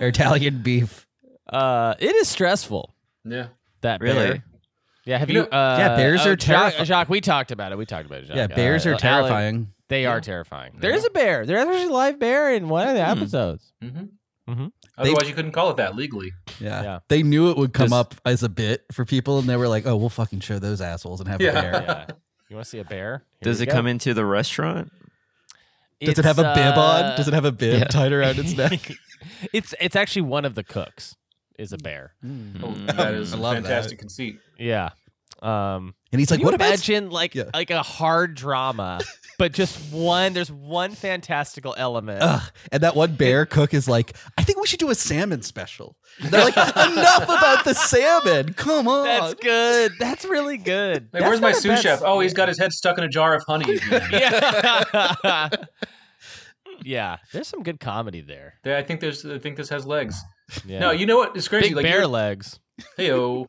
Italian beef.
Uh, it is stressful.
Yeah.
That
Really?
bear. Yeah. Have you?
You know-
uh,
Yeah, bears are
Jacques,
terrifi-
Jacques, we talked about it. We talked about it. Jacques.
Yeah, bears
Uh,
are
Alan,
terrifying.
they are terrifying. There is a bear. There's actually a live bear in one of the
Hmm.
episodes.
Mm-hmm.
Mhm.
Otherwise, you couldn't call it that legally.
Yeah.
Yeah.
They knew it would come
Does-
up as a bit for people, and they were like, oh, we'll fucking show those assholes and have
Yeah.
a bear.
Yeah. You want to see a bear?
Does it come into the restaurant?
Does it have a bib
uh,
on? Does it have a bib
yeah.
tied around its neck?
it's it's actually one of the cooks is a bear.
Oh,
Mm.
that is
I
a
love that.
fantastic conceit.
Yeah. Um,
And he's
Can
like,
you
what about
imagine like
Yeah.
like a hard drama, but just one? There's one fantastical element.
Ugh. And that one bear cook is like, I think we should do a salmon special. And they're like, enough about the salmon. Come on.
That's good. That's really good. That's
Like, where's my
not a
sous
bad
chef? Oh, he's
idea.
got his head stuck in a jar of honey. again.
Yeah. yeah. There's some good comedy there.
Yeah, I think there's. I think this has legs.
Yeah.
No, you know what? It's crazy.
Big
like
bear
you're-
legs.
Heyo.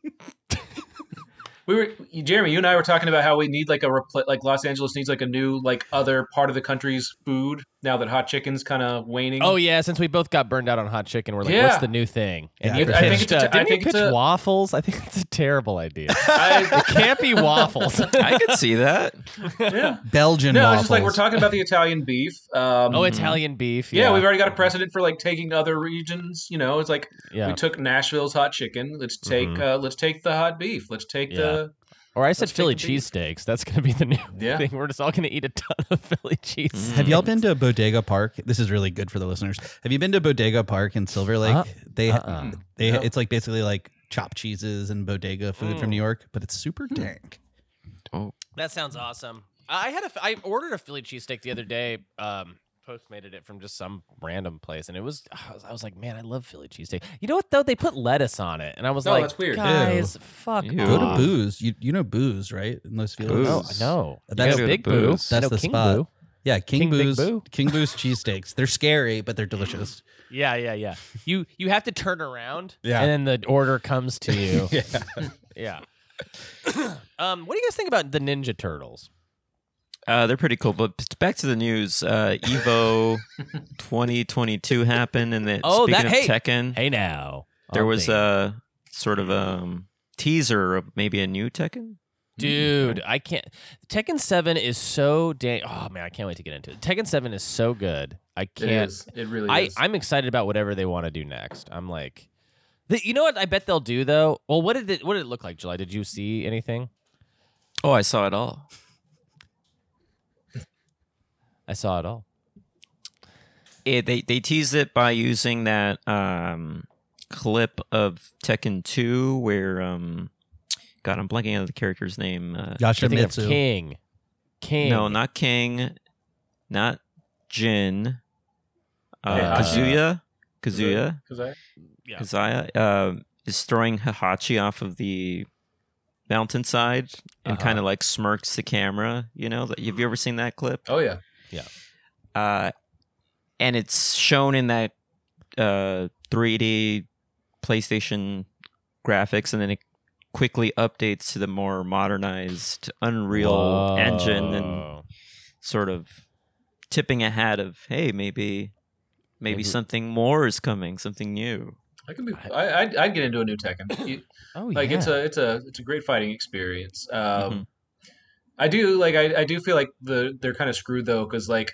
we were Jeremy. You and I were talking about how we need like a repl- like Los Angeles needs like a new like other part of the country's food now that hot chicken's kind of waning.
Oh yeah, since we both got burned out on hot chicken, we're like,
Yeah.
what's the new thing? And
Yeah,
you
I think
pitched,
it's a-
uh,
I
didn't you
think it's
pitch
a-
waffles? I think it's a terrible idea.
I,
it can't be waffles.
I could see that.
yeah.
Belgian
No, it's
waffles.
just like we're talking about the Italian beef. Um,
oh, Italian beef.
yeah,
Yeah,
we've already got a precedent for like taking other regions. You know, it's like
yeah.
we took Nashville's hot chicken. Let's take
Mhm.
uh, let's take the hot beef. Let's take the
Or I said
Let's take
Philly
the beef.
cheesesteaks. That's gonna be the new
Yeah.
thing. We're just all gonna eat a ton of Philly cheese.
Have y'all been to Bodega Park? This is really good for the listeners. Have you been to Bodega Park in Silver Lake?
Uh,
they,
uh-uh.
they,
No.
it's like basically like chopped cheeses and bodega food
Oh.
from New York, but it's super
Hmm.
dank.
That sounds awesome. I had a I ordered a Philly cheesesteak the other day. Um, Postmated it from just some random place, and it was I was, I was like, man, I love Philly cheesesteak. You know what though? They put lettuce on it, and I was
No,
like,
Oh, that's weird.
guys, fuck
Ew.
Go to
off.
Booze. You, you know Booze, right? In Los Feliz.
No,
Booze.
no,
That's-
Oh, I know
Go to
big
Booze.
boo.
That's
I know
the
King
spot.
Boo.
Yeah, King,
King Big
Boo's.
Boo.
King Boo's cheesesteaks. They're scary, but they're delicious.
Yeah, yeah, yeah. You you have to turn around,
Yeah.
and then the order comes to you. yeah, um, what do you guys think about the Ninja Turtles?
Uh, they're pretty cool. But back to the news. Uh, Evo 2022 happened, and that
Oh,
speaking
that-
of
hey.
Tekken,
Hey Oh, now,
there
I'm
was
thinking.
a sort of um teaser of maybe a new Tekken.
Dude, I can't. Tekken Seven is so dang. Oh man, I can't wait to get into it. Tekken Seven is so good. I
It
can't.
is. It really
I
is.
I'm excited about whatever they want to do next. I'm like, the, you know what? I bet they'll do though. Well, what did it? What did it look like, July? Did you see anything?
Oh, I saw it all.
I saw it all.
It, they they teased it by using that um clip of Tekken 2 where um God, I'm blanking on the character's name. Uh,
You're thinking of
Yashimitsu.
King. King.
No, not King, not Jin, uh,
Hey,
Kazuya, Kazuya.
Kazuya. Because I
Yeah.
Kazuya uh, is throwing Hihachi off of the mountainside and
Uh-huh.
kind of like smirks the camera. You know, that- have you ever seen that clip?
oh yeah.
Uh, and it's shown in that uh, 3D PlayStation graphics, and then it quickly updates to the more modernized Unreal Engine and
Whoa.
sort of tipping a hat of hey, maybe. Maybe
Maybe-
something more is coming, something new.
I could be. I, I'd, I'd get into a new Tekken. You-
Oh
like
yeah.
it's a it's a it's a great fighting experience. Um,
Mhm.
I do like I, I do feel like the they're kind of screwed though because like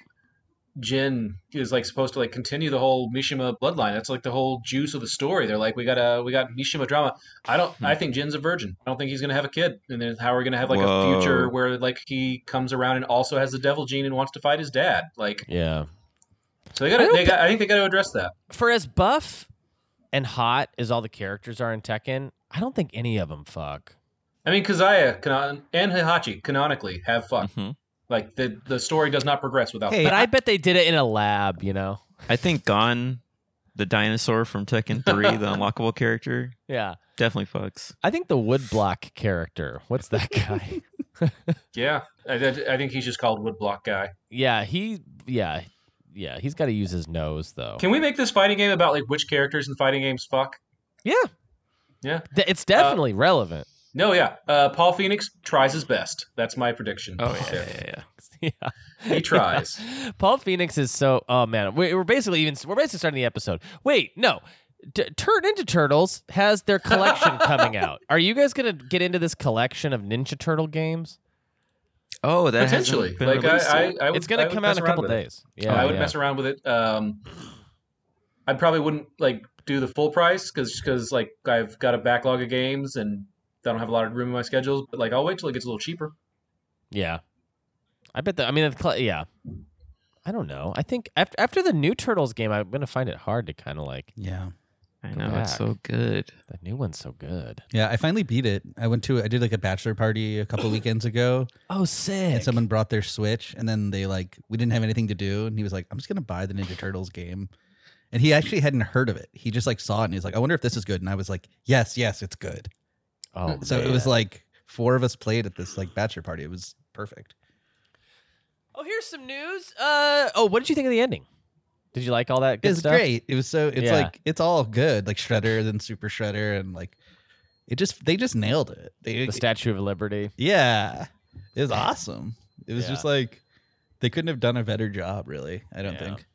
Jin is like supposed to like continue the whole Mishima bloodline. That's like the whole juice of the story. They're like we got to we got Mishima drama. I don't. I think Jin's a virgin. I don't think he's gonna have a kid. And then how we're gonna have like
Whoa.
a future where like he comes around and also has the devil gene and wants to fight his dad. Like
yeah.
so they
I
got to
don't
they got. I think they got to address that.
For as buff and hot as all the characters are in Tekken, I don't think any of them fuck.
I mean, Kazuya canon- and Hihachi canonically have fun.
Mhm.
Like the the story does not progress without.
Hey,
But I bet they did it in a lab, you know?
I think Gon, the dinosaur from Tekken 3, the unlockable character,
Yeah.
definitely fucks.
I think the woodblock character. What's that guy?
Yeah, I, I I think he's just called Woodblock Guy.
yeah, he yeah. Yeah, he's got to use his nose though.
Can we make this fighting game about like which characters in fighting games fuck?
yeah.
Yeah.
Uh,
Th- It's definitely relevant.
No, yeah. Uh, Paul Phoenix tries his best. That's my prediction.
Oh yeah,
There.
yeah, yeah, yeah.
yeah.
He tries.
Paul Phoenix is so. Oh man, We- we're basically even. We're basically starting the episode. Wait, no. T- Turn into Turtles has their collection coming out. Are you guys gonna get into this collection of Ninja Turtle games?
Oh, that hasn't
Potentially,
been
like
released
I,
yet.
I, I would,
it's gonna
I would
come out
mess
in a
around
couple
with it. Oh,
days. Yeah,
I would
yeah.
mess around with it. Um, I probably wouldn't like do the full price because like I've got a backlog of games and I don't have a lot of room in my schedules. But like I'll wait till it gets a little cheaper.
Yeah, I bet that. I mean, it's cl- yeah. I don't know. I think after after the new Turtles game, I'm gonna find it hard to kind of like
Yeah.
I
Go
know it's
back.
so good.
the new one's so good.
Yeah, I finally beat it. I went to I did like a bachelor party a couple weekends ago
Oh, sick!
and someone brought their Switch and then they like we didn't have anything to do and he was like, I'm just gonna buy the Ninja Turtles game. And he actually hadn't heard of it. He just like saw it and he's like, I wonder if this is good. And I was like, Yes, yes, it's good.
oh,
So it
man.
was like four of us played at this like bachelor party. It was perfect.
Oh, here's some news. Uh, oh, what did you think of the ending? Did you like all that
It
good
was
stuff?
great. It was so it's
Yeah.
like it's all good. Like Shredder, then Super Shredder, and like it just they just nailed it. They
The Statue of Liberty.
Yeah. It was awesome. It was just
Yeah.
like they couldn't have done a better job, really. I don't
Yeah.
think.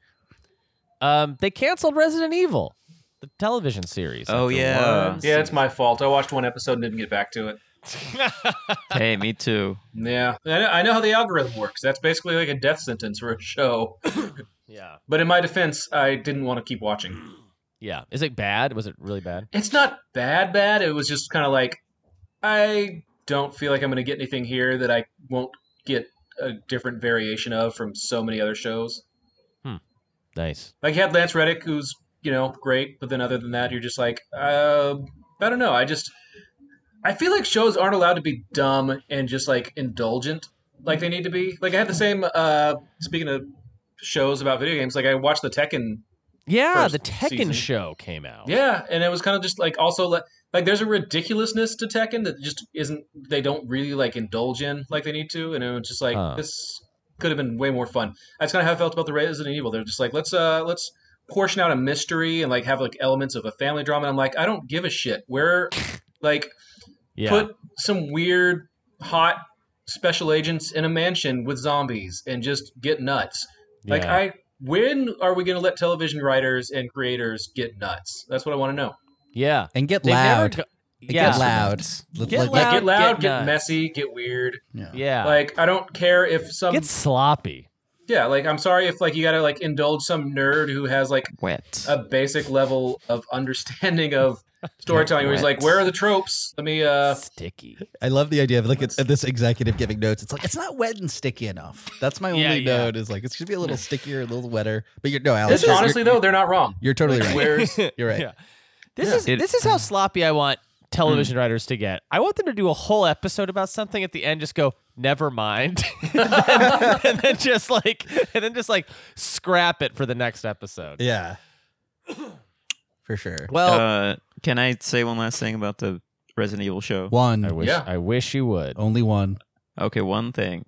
Um, they canceled Resident Evil, the television series.
Oh,
after
yeah.
one
Yeah, it's my fault. I watched one episode and didn't get back to it.
season.
Hey, me too.
Yeah, I know, I know how the algorithm works. That's basically like a death sentence for a show.
yeah.
But in my defense, I didn't want to keep watching.
Yeah. Is it bad? Was it really bad?
it's not bad bad it was just kind of like i don't feel like i'm going to get anything here that i won't get a different variation of from so many other shows
Nice.
like you had lance reddick who's you know great but then other than that you're just like uh, i don't know i just i feel like shows aren't allowed to be dumb and just like indulgent like they need to be like i had the same uh speaking of shows about video games like i watched the tekken
Yeah,
First
the Tekken
season.
show came out.
Yeah, and it was kind of just like also like like there's a ridiculousness to Tekken that just isn't they don't really like indulge in like they need to, and it was just like
Huh.
this could have been way more fun. That's kind of how I felt about the Resident Evil. They're just like let's uh let's portion out a mystery and like have like elements of a family drama. And I'm like I don't give a shit. Where like
Yeah.
put some weird hot special agents in a mansion with zombies and just get nuts. Like
Yeah.
I when are we going to let television writers and creators get nuts? That's what I want to know.
Yeah.
And get
They've never
loud.
go-
And
yeah.
Get loud. Let-
Get
like-
Like
loud.
get loud,
get
get,
nuts.
messy, get weird.
Yeah.
Yeah.
Like um, I don't care if some
Get sloppy.
yeah, like I'm sorry if like you gotta like indulge some nerd who has like
Wet.
a basic level of understanding of storytelling. Where he's like,
Correct.
where are the tropes? Let me uh
Sticky.
I love the idea of like it's- this executive giving notes. It's like it's not wet and sticky enough. That's my only
Yeah, yeah.
note. Is like it should be a little stickier, a little wetter. But you're no, Alex.
this
you're,
honestly though, they're not wrong.
you're totally right.
Where's
You're right.
Yeah. Mm. This
Yeah.
is
It-
this is how sloppy I want television writers to get. I want them to do a whole episode about something at the end, just go, never mind. and, then, and then just like and then just like scrap it for the next episode.
Yeah. For sure.
Well
Uh, can I say one last thing about the Resident Evil show?
One.
I wish
yeah.
I wish you would.
Only one.
Okay, one thing.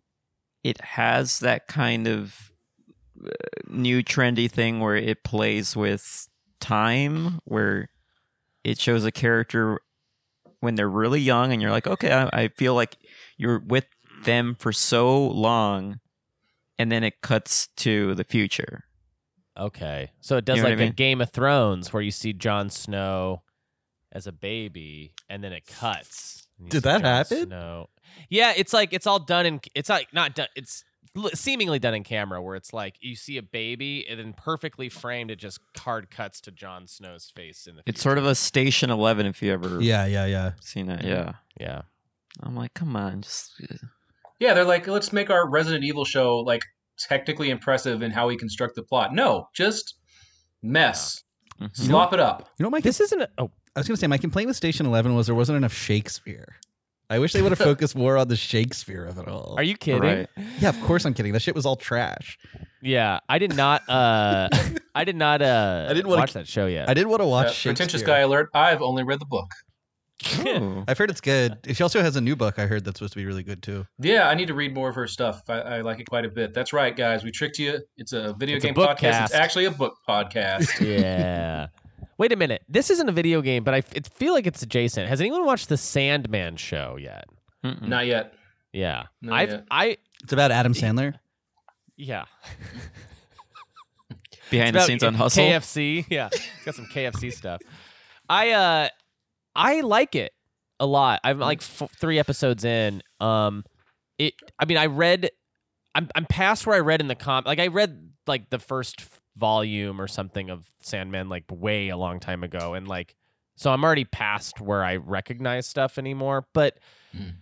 It has that kind of uh, new trendy thing where it plays with time, where it shows a character when they're really young, and you're like, okay, I, I feel like you're with them for so long, and then it cuts to the future.
Okay. So it does
You know what
like
I
a
mean?
Game of Thrones where you see Jon Snow as a baby and then it cuts. and you
Did
see
that
Jon
happen?
Snow. Yeah, it's like it's all done in it's like not done it's l- seemingly done in camera where it's like you see a baby and then perfectly framed it just hard cuts to Jon Snow's face in the
It's sort of a Station Eleven, if you ever
Yeah. Yeah. Yeah.
seen that. Yeah,
yeah.
I'm like, come on, just uh,
Yeah, they're like, let's make our Resident Evil show like technically impressive in how we construct the plot. No, just mess.
Mhm.
You know-
Slop it up.
You know, my
This isn't a, oh
I was gonna say my complaint with Station Eleven was there wasn't enough Shakespeare. I wish they would have focused more on the Shakespeare of it all.
are you kidding?
Right.
Yeah, of course I'm kidding. That shit was all trash.
Yeah, I did not uh I did not uh
I didn't wanna
watch that show yet.
I didn't want to watch
Uh,
Shakespeare.
pretentious guy alert. I've only read the book.
Ooh.
I've heard it's good. She also has a new book I heard that's supposed to be really good too.
Yeah, I need to read more of her stuff. I, I like it quite a bit. That's right, guys. We tricked you. It's a video
It's a
game
book
podcast.
cast.
It's actually a book podcast.
yeah. Wait a minute. This isn't a video game, but I f- it feel like it's adjacent. Has anyone watched the Sandman show yet?
Mm-mm.
Not yet.
Yeah. Hmm.
Not
I've
yet.
I
It's about Adam Sandler.
yeah.
Behind the
It's
scenes
about
on Hustle.
KFC. Yeah, it's got some KFC stuff. I uh, I like it a lot. I'm like f- three episodes in. Um, it. I mean, I read. I'm I'm past where I read in the comp. Like I read like the first f- volume or something of Sandman like way a long time ago, and like so I'm already past where I recognize stuff anymore. But
Mm.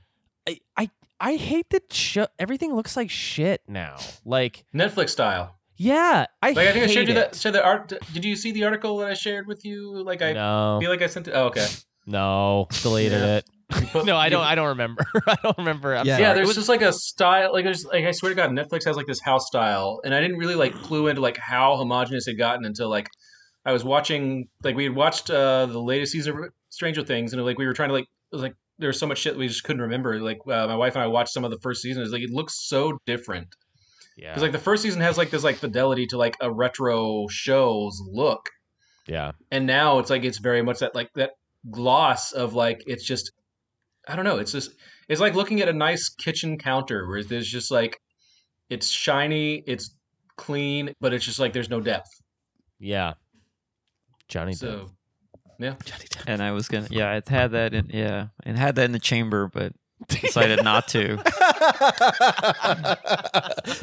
I I I hate that show. Everything looks like shit now. Like
Netflix style.
yeah, I
Like I think I
hate
showed you
it.
that. Shared the art. Did you see the article that I shared with you? Like I
no.
feel like I sent it. Oh, okay.
No, deleted
Yeah.
it. No, I don't. I don't remember. I don't remember. I'm
Yeah.
yeah,
sorry.
there's just like a style. Like there's like I swear to God, Netflix has like this house style, and I didn't really like clue into like how homogenous it had gotten until like I was watching like we had watched uh the latest season of Stranger Things, and like we were trying to like it was like there was so much shit we just couldn't remember. Like uh, my wife and I watched some of the first season. It's like it looks so different.
yeah,
Because like the first season has like this like fidelity to like a retro show's look,
yeah,
and now it's like it's very much that like that gloss of like it's just I don't know. It's just it's like looking at a nice kitchen counter where there's just like it's shiny, it's clean, but it's just like there's no depth.
yeah. Johnny Depp.
So
And I was gonna, yeah, I had that in, yeah, and had that in the chamber, but decided not to.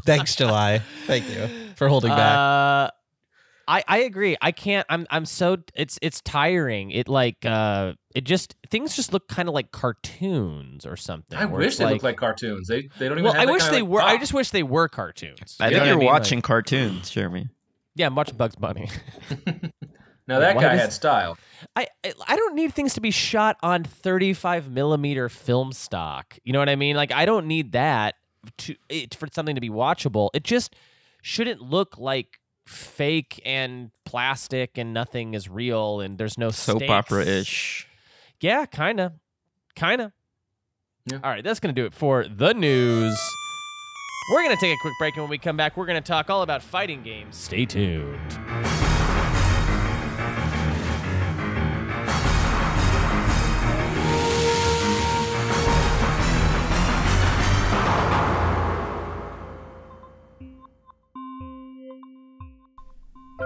Thanks, July. Thank you for holding back.
Uh, I I agree. I can't. I'm I'm so. It's it's tiring. It like uh. It just things just look kind of like cartoons or something.
I
where
wish
it's
they looked like cartoons. They they don't even.
Well,
have
I
that
wish
kinda,
they
like,
were. I
pop.
just wish they were cartoons.
I
You know
think
what
you're
mean? Like-
watching cartoons, Jeremy.
yeah, I'm watching Bugs Bunny.
now that
Why
guy
does-
had style.
I I- I don't need things to be shot on 35 millimeter film stock. You know what I mean? Like I don't need that to it, for something to be watchable. It just shouldn't look like fake and plastic and nothing is real and there's no
Soap
stakes.
opera ish.
Yeah, kind of, kind of.
Yeah.
All right, that's gonna do it for the news. We're gonna take a quick break, and when we come back, we're gonna talk all about fighting games. Stay tuned.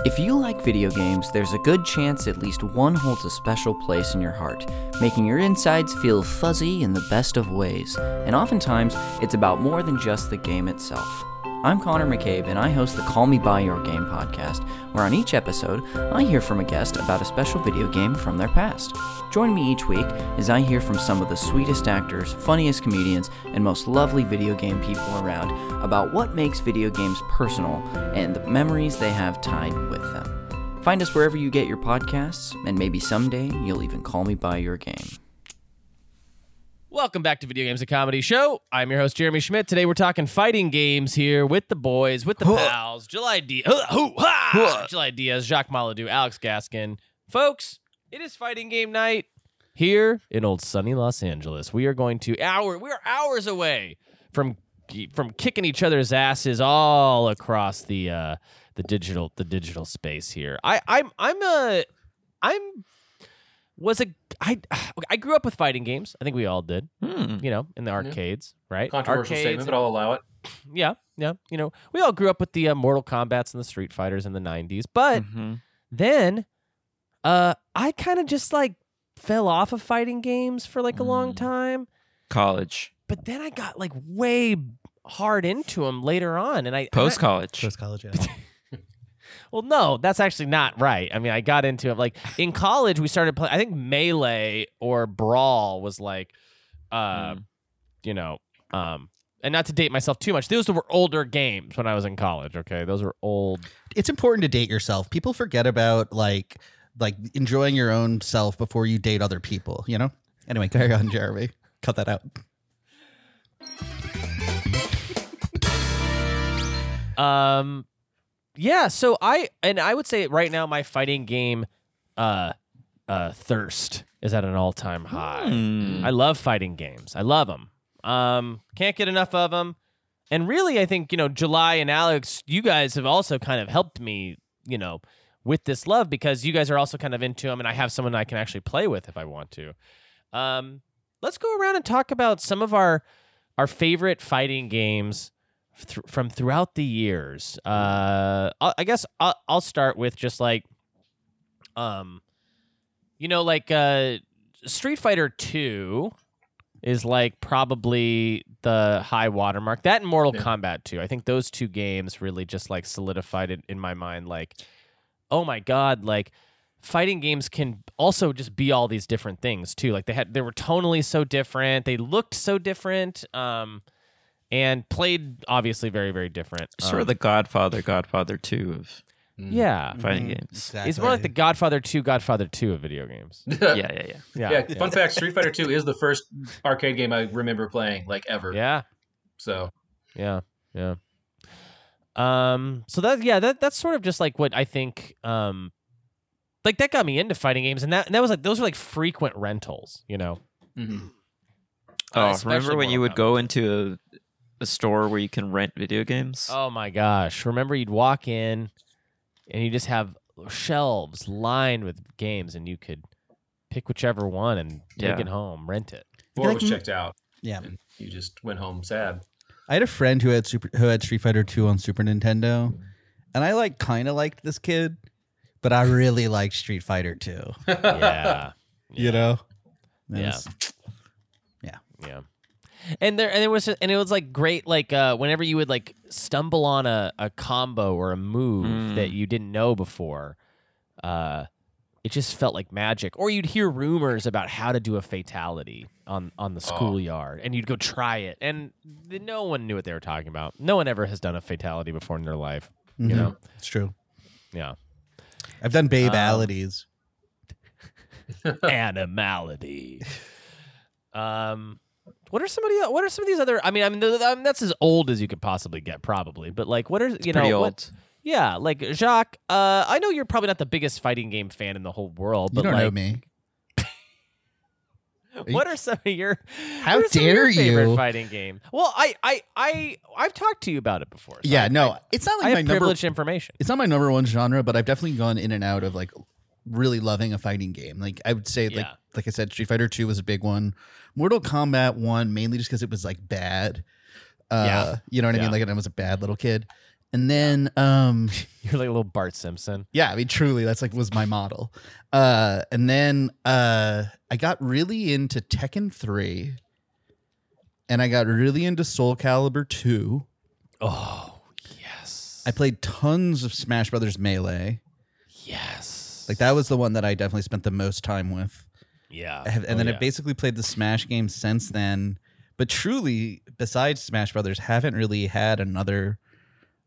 If you like video games, there's a good chance at least one holds a special place in your heart, making your insides feel fuzzy in the best of ways. And oftentimes, it's about more than just the game itself. I'm Connor McCabe, and I host the Call Me By Your Game podcast, where on each episode, I hear from a guest about a special video game from their past. Join me each week as I hear from some of the sweetest actors, funniest comedians, and most lovely video game people around about what makes video games personal and the memories they have tied with them. Find us wherever you get your podcasts, and maybe someday you'll even call me by your game.
Welcome back to Video Games a Comedy Show. I'm your host Jeremy Schmidt. Today we're talking fighting games here with the boys, with the pals. July D, Huh, hoo, ha! July Diaz, Jacques Maladou, Alex Gaskin. Folks, it is fighting game night here in old sunny Los Angeles. We are going to hour. We are hours away from from kicking each other's asses all across the uh, the digital the digital space here. I I'm I'm a I'm was a I I grew up with fighting games. I think we all did
Hmm.
you know, in the arcades, right?
Mm-hmm. Controversial
arcades,
statement, but I'll allow it.
yeah, yeah. You know, we all grew up with the uh, Mortal Kombat's and the Street Fighters in the '90s, but
Hmm.
Mhm.
then, uh, I kind of just like fell off of fighting games for like a long
Mm.
time.
College,
But then I got like way hard into them later on, and I and I-
post college.
Post college, yeah.
Well, no, that's actually not right. I mean, I got into it like in college. We started playing. I think melee or brawl was like, uh,
Mm.
you know, um, and not to date myself too much. Those were older games when I was in college. Okay, those were old.
it's important to date yourself. People forget about like like enjoying your own self before you date other people. You know. Anyway, carry on, Jeremy. Cut that out.
Um, yeah. So I and I would say right now my fighting game, uh, uh, thirst is at an all time high.
Hmm.
I love fighting games. I love them. Um, can't get enough of them. And really, I think you know July and Alex, you guys have also kind of helped me, you know, with this love because you guys are also kind of into them, and I have someone I can actually play with if I want to. Um, let's go around and talk about some of our our favorite fighting games th- from throughout the years. Uh, I'll, I guess I'll, I'll start with just like, um, you know, like uh, Street Fighter Two is like probably the high watermark. That and Mortal
Yeah.
Kombat 2. I think those two games really just like solidified it in my mind like oh my god, like fighting games can also just be all these different things too. Like they had they were tonally so different, they looked so different um and played obviously very very different.
Sort of
Um,
the Godfather, Godfather 2 of
Mm.
yeah.
fighting
Mhm,
games.
Exactly.
It's more like the Godfather 2, Godfather 2 of video games.
Yeah, yeah, yeah.
Yeah.
yeah, Fun fact: Street Fighter Two is the first arcade game I remember playing, like ever.
yeah.
So
Yeah, yeah. Um, so that yeah, that that's sort of just like what I think. Um, like that got me into fighting games, and that and that was like those were like frequent rentals, you know.
mhm.
Uh,
Oh,
especially
remember when
Mortal
you would
Kombat.
go into a, a store where you can rent video games?
Oh my gosh! Remember, you'd walk in, and you just have shelves lined with games, and you could pick whichever one and take
Yeah.
it home, rent it.
or it
like
was checked out.
Yeah.
and you just went home sad.
I had a friend who had Super, who had Street Fighter Two on Super Nintendo, and I like kind of liked this kid, but I really liked Street Fighter Two.
Yeah.
You know,
Yeah.
That's-
Yeah. And there and it was and it was like great like uh whenever you would like stumble on a, a combo or a move
Mm.
that you didn't know before, uh it just felt like magic. Or you'd hear rumors about how to do a fatality on on the schoolyard and you'd go try it and th- no one knew what they were talking about. No one ever has done a fatality before in their life.
Mhm.
You know?
it's true.
Yeah. Um,
I've done babalities.
animality. Um, what are somebody? What are some of these other? I mean, I mean, th- th- um, that's as old as you could possibly get, probably. But like, what are you know?
Pretty
what-
old.
yeah, like Jacques. Uh, I know you're probably not the biggest fighting game fan in the whole world,
you
but
don't
like,
know me.
what are some of your?
How
what are some of your
dare
favorite
you?
Fighting game. Well, I, I, I, I've talked to you about it before. so
Yeah,
I-
no,
I,
it's
I
not like my
have
number.
privileged information.
It's not my number one genre, but I've definitely gone in and out of like really loving a fighting game. Like I would say, like
Yeah.
like I said, Street Fighter Two was a big one. Mortal Kombat One mainly just because it was like bad. Uh,
Yeah.
you know what I
Yeah.
mean. Like and I was a bad little kid, and then um.
You're like a little Bart Simpson.
Yeah, I mean, truly, that's like was my model. Uh, and then uh, I got really into Tekken three, and I got really into Soul Calibur two.
Oh yes,
I played tons of Smash Brothers Melee.
yes,
Like that was the one that I definitely spent the most time with.
Yeah,
I have- and
Oh,
then
yeah.
I basically played the Smash games since then. But truly, besides Smash Brothers, haven't really had another.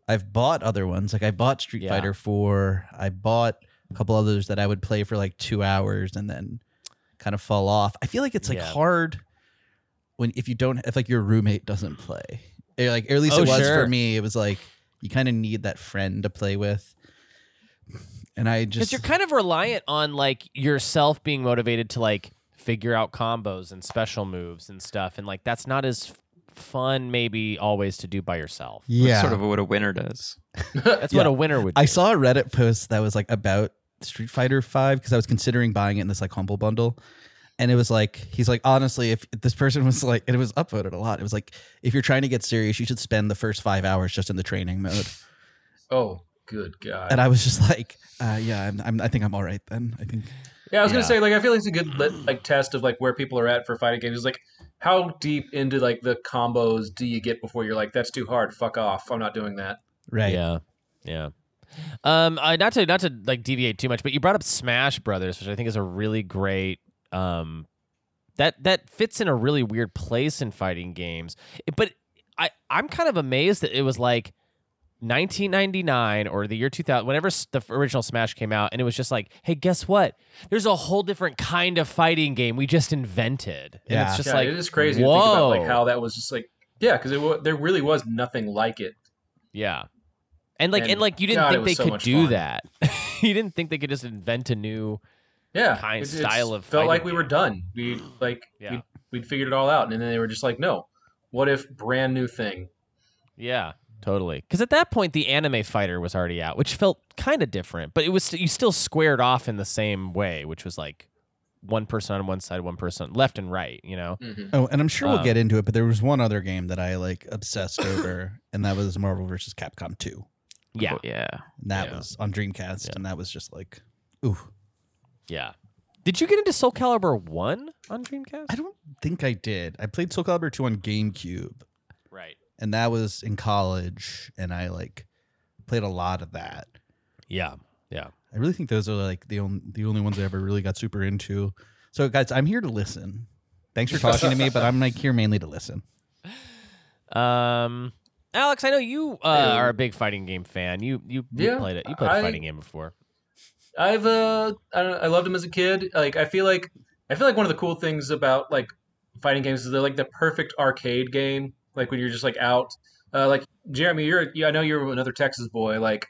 I've bought other ones. Like I bought Street
Yeah.
Fighter Four. I bought a couple others that I would play for like two hours and then kind of fall off. I feel like it's like
Yeah.
hard when if you don't if like your roommate doesn't play. Or like or at least
Oh,
it was
sure.
for me. It was like you kind of need that friend to play with. And I
because
just
you're kind of reliant on like yourself being motivated to like figure out combos and special moves and stuff and like that's not as f- fun maybe always to do by yourself
That's sort of what a winner does.
that's what
Yeah.
a winner would do.
I saw a Reddit post that was like about Street Fighter Five because I was considering buying it in this like humble bundle, and it was like he's like honestly, if this person was like, and it was upvoted a lot. It was like if you're trying to get serious, you should spend the first five hours just in the training mode.
Oh, good god.
And I was just like, uh, yeah, I'm, I'm, I think I'm all right then. I think
Yeah, I was gonna
Yeah.
say like I feel like it's a good lit, like test of like where people are at for fighting games. Is like how deep into like the combos do you get before you're like that's too hard? Fuck off! I'm not doing that.
right.
yeah yeah um I not to not to like deviate too much but you brought up smash brothers which i think is a really great um that that fits in a really weird place in fighting games It- but i i'm kind of amazed that it was like 1999 or the year 2000 whenever s- the f- original smash came out and it was just like hey guess what there's a whole different kind of fighting game we just invented and
Yeah.
it's just
yeah,
like
it is crazy
whoa
to think about like how that was just like yeah, because w- there really was nothing like it.
yeah and like and,
And
like you didn't
God, it
think
was
they
so
could
much
do
fun.
that you didn't think they could just invent a new
Yeah,
Kind-
it- it's
style of
felt like
fighting
we were
game.
done. We like
Yeah.
we'd, we'd figured it all out, and then they were just like, no, what if brand new thing?
Yeah. Totally. Because at that point, the anime fighter was already out, which felt kind of different, but it was you still squared off in the same way, which was like one person on one side, one person left and right. You know.
Oh, and I'm sure we'll
Um,
get into it, but there was one other game that I like obsessed over, and that was Marvel vs. Capcom 2.
Yeah.
Oh, yeah.
And that
Yeah.
was on Dreamcast, and that was just like, ooh,
Yeah. Did you get into Soul Calibur one on Dreamcast?
I don't think I did. I played Soul Calibur 2 on GameCube,
Right.
and that was in college, and I like played a lot of that.
Yeah. Yeah.
I really think those are like the only the only ones I ever really got super into. So guys, I'm here to listen. Thanks for talking to me, but I'm like here mainly to listen.
Um, Alex, I know you uh, are a big fighting game fan. You you, you
Yeah,
played it. You played a
I-
fighting game before.
I've uh, I, don't know, I loved them as a kid. Like I feel like I feel like one of the cool things about like fighting games is they're like the perfect arcade game. Like when you're just like out, uh, like Jeremy, you're yeah, I know you're another Texas boy. Like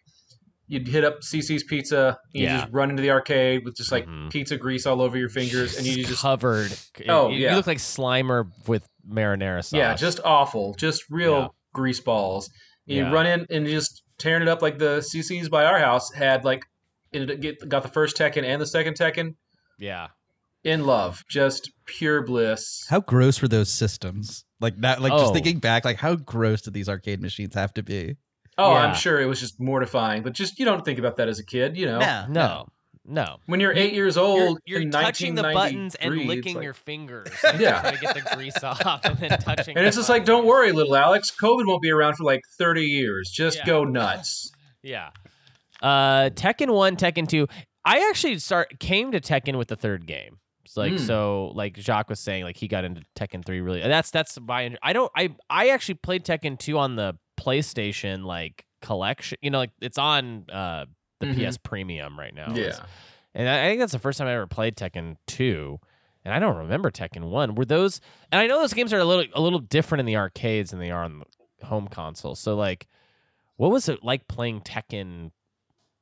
you'd hit up CC's Pizza, and
Yeah.
you just run into the arcade with just like
Mhm.
pizza grease all over your fingers, and you just
covered.
Oh,
you, you
yeah.
look like Slimer with marinara sauce.
yeah, just awful, just real
Yeah.
grease balls. You
Yeah.
run in and just tearing it up like the CC's by our house had like ended up get got the first Tekken and the second Tekken.
yeah.
in love, just pure bliss.
How gross were those systems? Like that like
Oh.
just thinking back, like how gross did these arcade machines have to be?
Oh,
Yeah.
I'm sure it was just mortifying, but just you don't think about that as a kid, you know.
No, no.
When you're eight years old,
You're, you're
in
touching the buttons and
1993, it's
licking
like-
your fingers. Like,
Yeah.
Trying to get the grease off and then touching.
And
the
it's just like,
button.
don't worry, little Alex. COVID won't be around for like 30 years. Just
Yeah.
go nuts.
Yeah. Uh, Tekken one, Tekken two. I actually start came to Tekken with the third game. It's like
Mm.
so, like Jacques was saying, like he got into Tekken three really. That's that's my. I don't. I I actually played Tekken two on the PlayStation like collection. You know, like it's on uh the
Mhm.
PS Premium right now.
yeah.
It's- and I, I think that's the first time I ever played Tekken two. And I don't remember Tekken one. Were those? And I know those games are a little a little different in the arcades than they are on the home console. So like, what was it like playing Tekken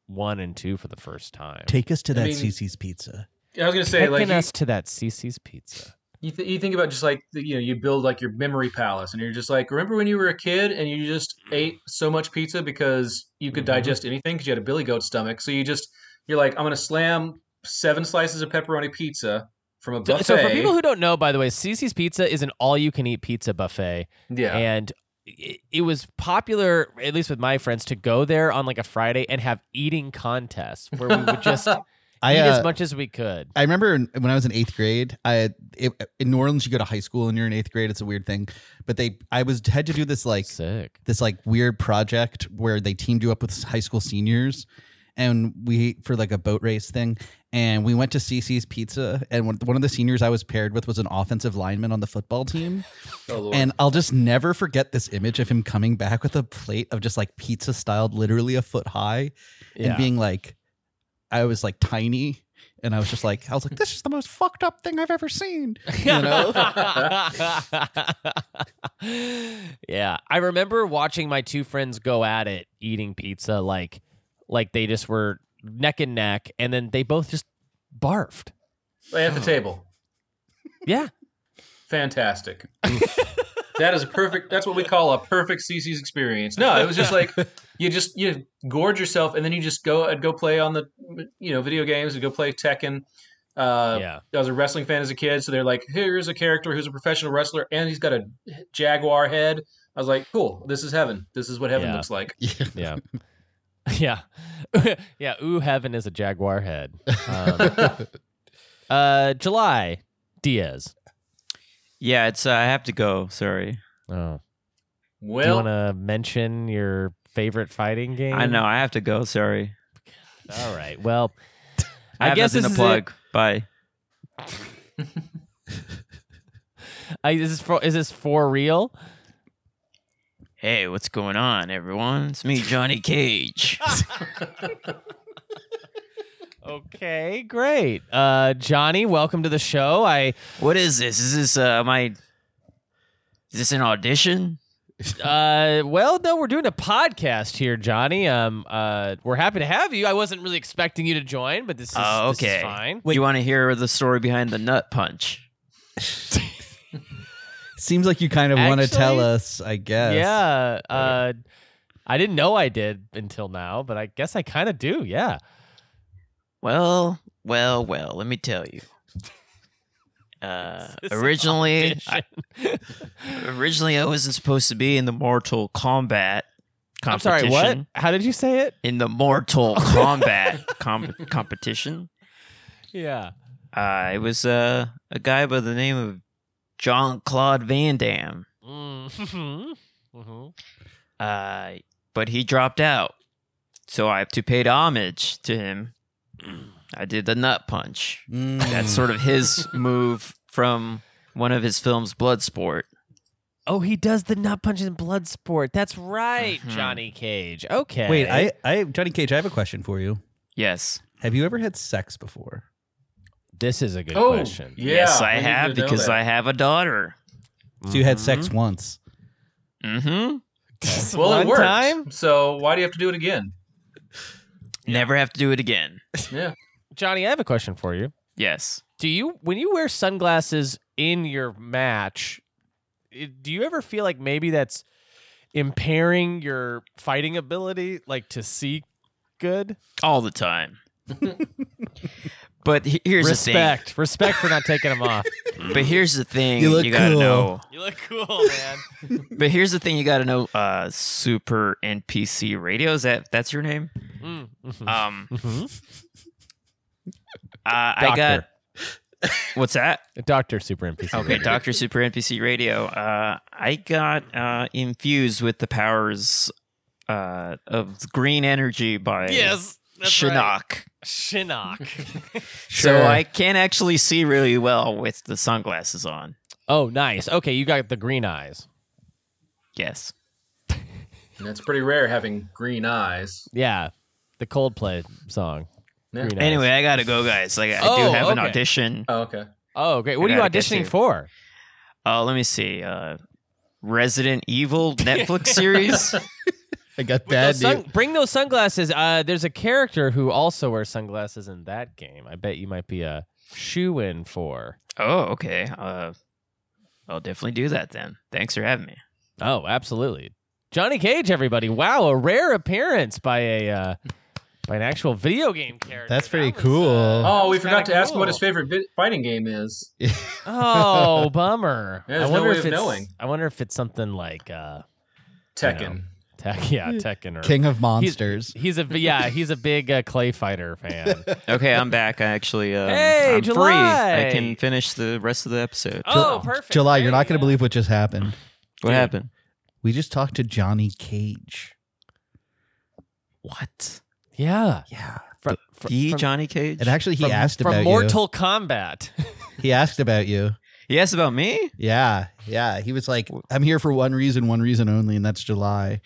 one and two for the first time?
Take us to
I mean-
pizza.
I was gonna say,
Taking
like, you,
us to that CC's Pizza.
you, th- you think about just like the, you know, you build like your memory palace, and you're just like, remember when you were a kid and you just ate so much pizza because you could
Mhm.
digest anything because you had a billy goat stomach. So you just you're like, I'm gonna slam seven slices of pepperoni pizza from a
So,
buffet.
so for people who don't know, by the way, CC's Pizza is an all-you-can-eat pizza buffet.
yeah,
and it, it was popular at least with my friends to go there on like a friday and have eating contests where we would just eat
I
as
uh,
much as we could
I remember in- when I was in eighth grade, I it, in New Orleans you go to high school and you're in eighth grade. It's a weird thing, but they I was had to do this like
sick
this like weird project where they teamed you up with high school seniors and we for like a boat race thing and we went to cc's pizza and one, one of the seniors i was paired with was an offensive lineman on the football team
Oh, Lord.
and i'll just never forget this image of him coming back with a plate of just like pizza styled literally a foot high
yeah.
and being like i was like tiny and i was just like i was like this is the most fucked up thing i've ever seen you know
yeah i remember watching my two friends go at it eating pizza like like they just were neck and neck and then they both just barfed
at the table.
Oh. yeah
Fantastic. that is a perfect. That's what we call a perfect CC's experience. No, it was just like you just you gorge yourself, and then you just go and go play on the you know video games and go play Tekken. Uh,
yeah
I was a wrestling fan as a kid, so they're like, here's a character who's a professional wrestler, and he's got a jaguar head. I was like, cool. This is heaven. This is what heaven
Yeah.
looks like.
yeah yeah yeah ooh heaven is a jaguar head um, Uh, July Diaz.
Yeah, it's. Uh, I have to go. Sorry.
Oh, do you
Well,
want to mention your favorite fighting game?
I know. I have to go. Sorry.
All right. Well,
I,
I
have
guess
nothing
this
to
is
plug. Bye.
I, is this for is this for real?
Hey, what's going on, everyone? It's me, Johnny Cage.
Okay, great. Uh, Johnny, welcome to the show. I
what is this? Is this uh my? Is this an audition?
uh, well, no, we're doing a podcast here, Johnny. Um, uh, we're happy to have you. I wasn't really expecting you to join, but this is,
Oh,
this is
okay.
fine.
You want to hear the story behind the nut punch?
seems like you kind of want to tell
Actually-
us i guess
Yeah. Uh, I didn't know I did until now, but I guess I kind of do. Yeah.
Well, well, well. Let me tell you. Uh, originally, I, originally I wasn't supposed to be in the Mortal Kombat
I'm sorry.
competition.
What? How did you say it?
In the Mortal Kombat com- competition,
Yeah.
I was uh, a guy by the name of John Claude Van Damme.
Mm-hmm. hmm
Uh, but he dropped out. So I have to pay homage to him. I did the nut punch.
Mm.
That's sort of his move from one of his films, Bloodsport.
Oh, he does the nut punch in Bloodsport. That's right,
Mhm.
Johnny Cage. Okay.
Wait, I, I, Johnny Cage, I have a question for you.
Yes.
Have you ever had sex before?
This is a good
Oh,
question.
yeah.
yes, I
we need to
have
know
because
that.
I have a daughter.
So you had sex once.
Mm-hmm.
Well,
One
it worked.
time?
So why do you have to do it again?
Never have to do it again.
Yeah.
Johnny, I have a question for you.
Yes.
Do you, when you wear sunglasses in your match, it- do you ever feel like maybe that's impairing your fighting ability, like to see good?
All the time. but he- here's
respect, respect for not taking them off.
the thing. But here's the thing
You look
gotta
cool.
know.
You look cool, man.
But here's the thing you gotta know. Uh super NPC radio, is that that's your name?
Mm, mhm,
Um
mhm.
Uh, I got
Doctor.
what's that?
Doctor Super NPC.
Okay, Doctor Super NPC Radio. Uh, I got uh, infused with the powers uh, of green energy by
Yes, that's right.
Shinnok,
Shinnok.
so I can actually see really well with the sunglasses on.
oh, nice. Okay, you got the green eyes.
Yes,
And that's pretty rare having green eyes.
Yeah, the Coldplay song.
Yeah.
Green Eyes.
Anyway, I gotta go, guys. Like I
Oh,
do have an
okay.
audition.
Oh, okay.
Oh, great. What
I
are you
gotta get
auditioning
to-
for?
Uh, let me see. Uh, Resident Evil Netflix series.
I got
With
bad
those
news.
sun- bring those sunglasses. Uh, there's a character who also wears sunglasses in that game. I bet you might be a shoe in for.
oh, okay. Uh, I'll definitely do that then. Thanks for having me.
Oh, absolutely. Johnny Cage, everybody. Wow, a rare appearance by a uh, by an actual video game character.
That's pretty
was,
cool.
uh, that
Oh, we
was
forgot to
kinda
ask him what
cool.
his favorite bit- fighting game is.
Oh, bummer.
Yeah, there's
I
no
wonder
way
if
of
it's
knowing.
I wonder if it's something like uh
Tekken.
know. Tech, yeah, Tekken or
King of monsters.
He's a yeah, he's a big uh, clay fighter fan.
Okay, I'm back. I actually, um,
Hey,
I'm free.
July!
I can finish the rest of the episode.
oh, perfect.
July, you're
There
not
you
going
go.
to believe what just happened.
What happened?
We just talked to Johnny Cage.
What?
Yeah,
Yeah.
from, from,
The
from-
Johnny Cage?
And actually, he
from-
asked
from
about
Mortal Kombat.
you. He asked about you.
He asked about me?
Yeah. Yeah. He was like, I'm here for one reason, one reason only, and that's July.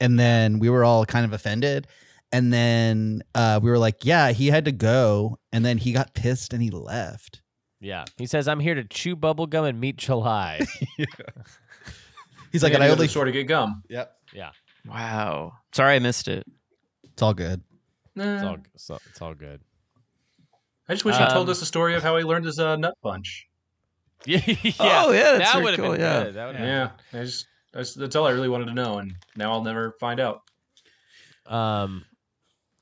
And then we were all kind of offended. And then uh, we were like, yeah, he had to go. And then he got pissed and he left.
Yeah, he says I'm here to chew bubblegum and meet July.
He's like, and
Yeah,
I only.
the other sort of get gum.
Yep.
Wow. Sorry I missed it.
It's all good.
it's,
Nah.
all, it's all- it's all good.
I just wish he told
Um,
us the story of how he learned his uh, nut punch.
yeah,
Oh, yeah, that's
that
very
would have
cool,
been
yeah.
good. That would've
Yeah, I just, I just- that's all I really wanted to know, and now I'll never find out.
been- Um,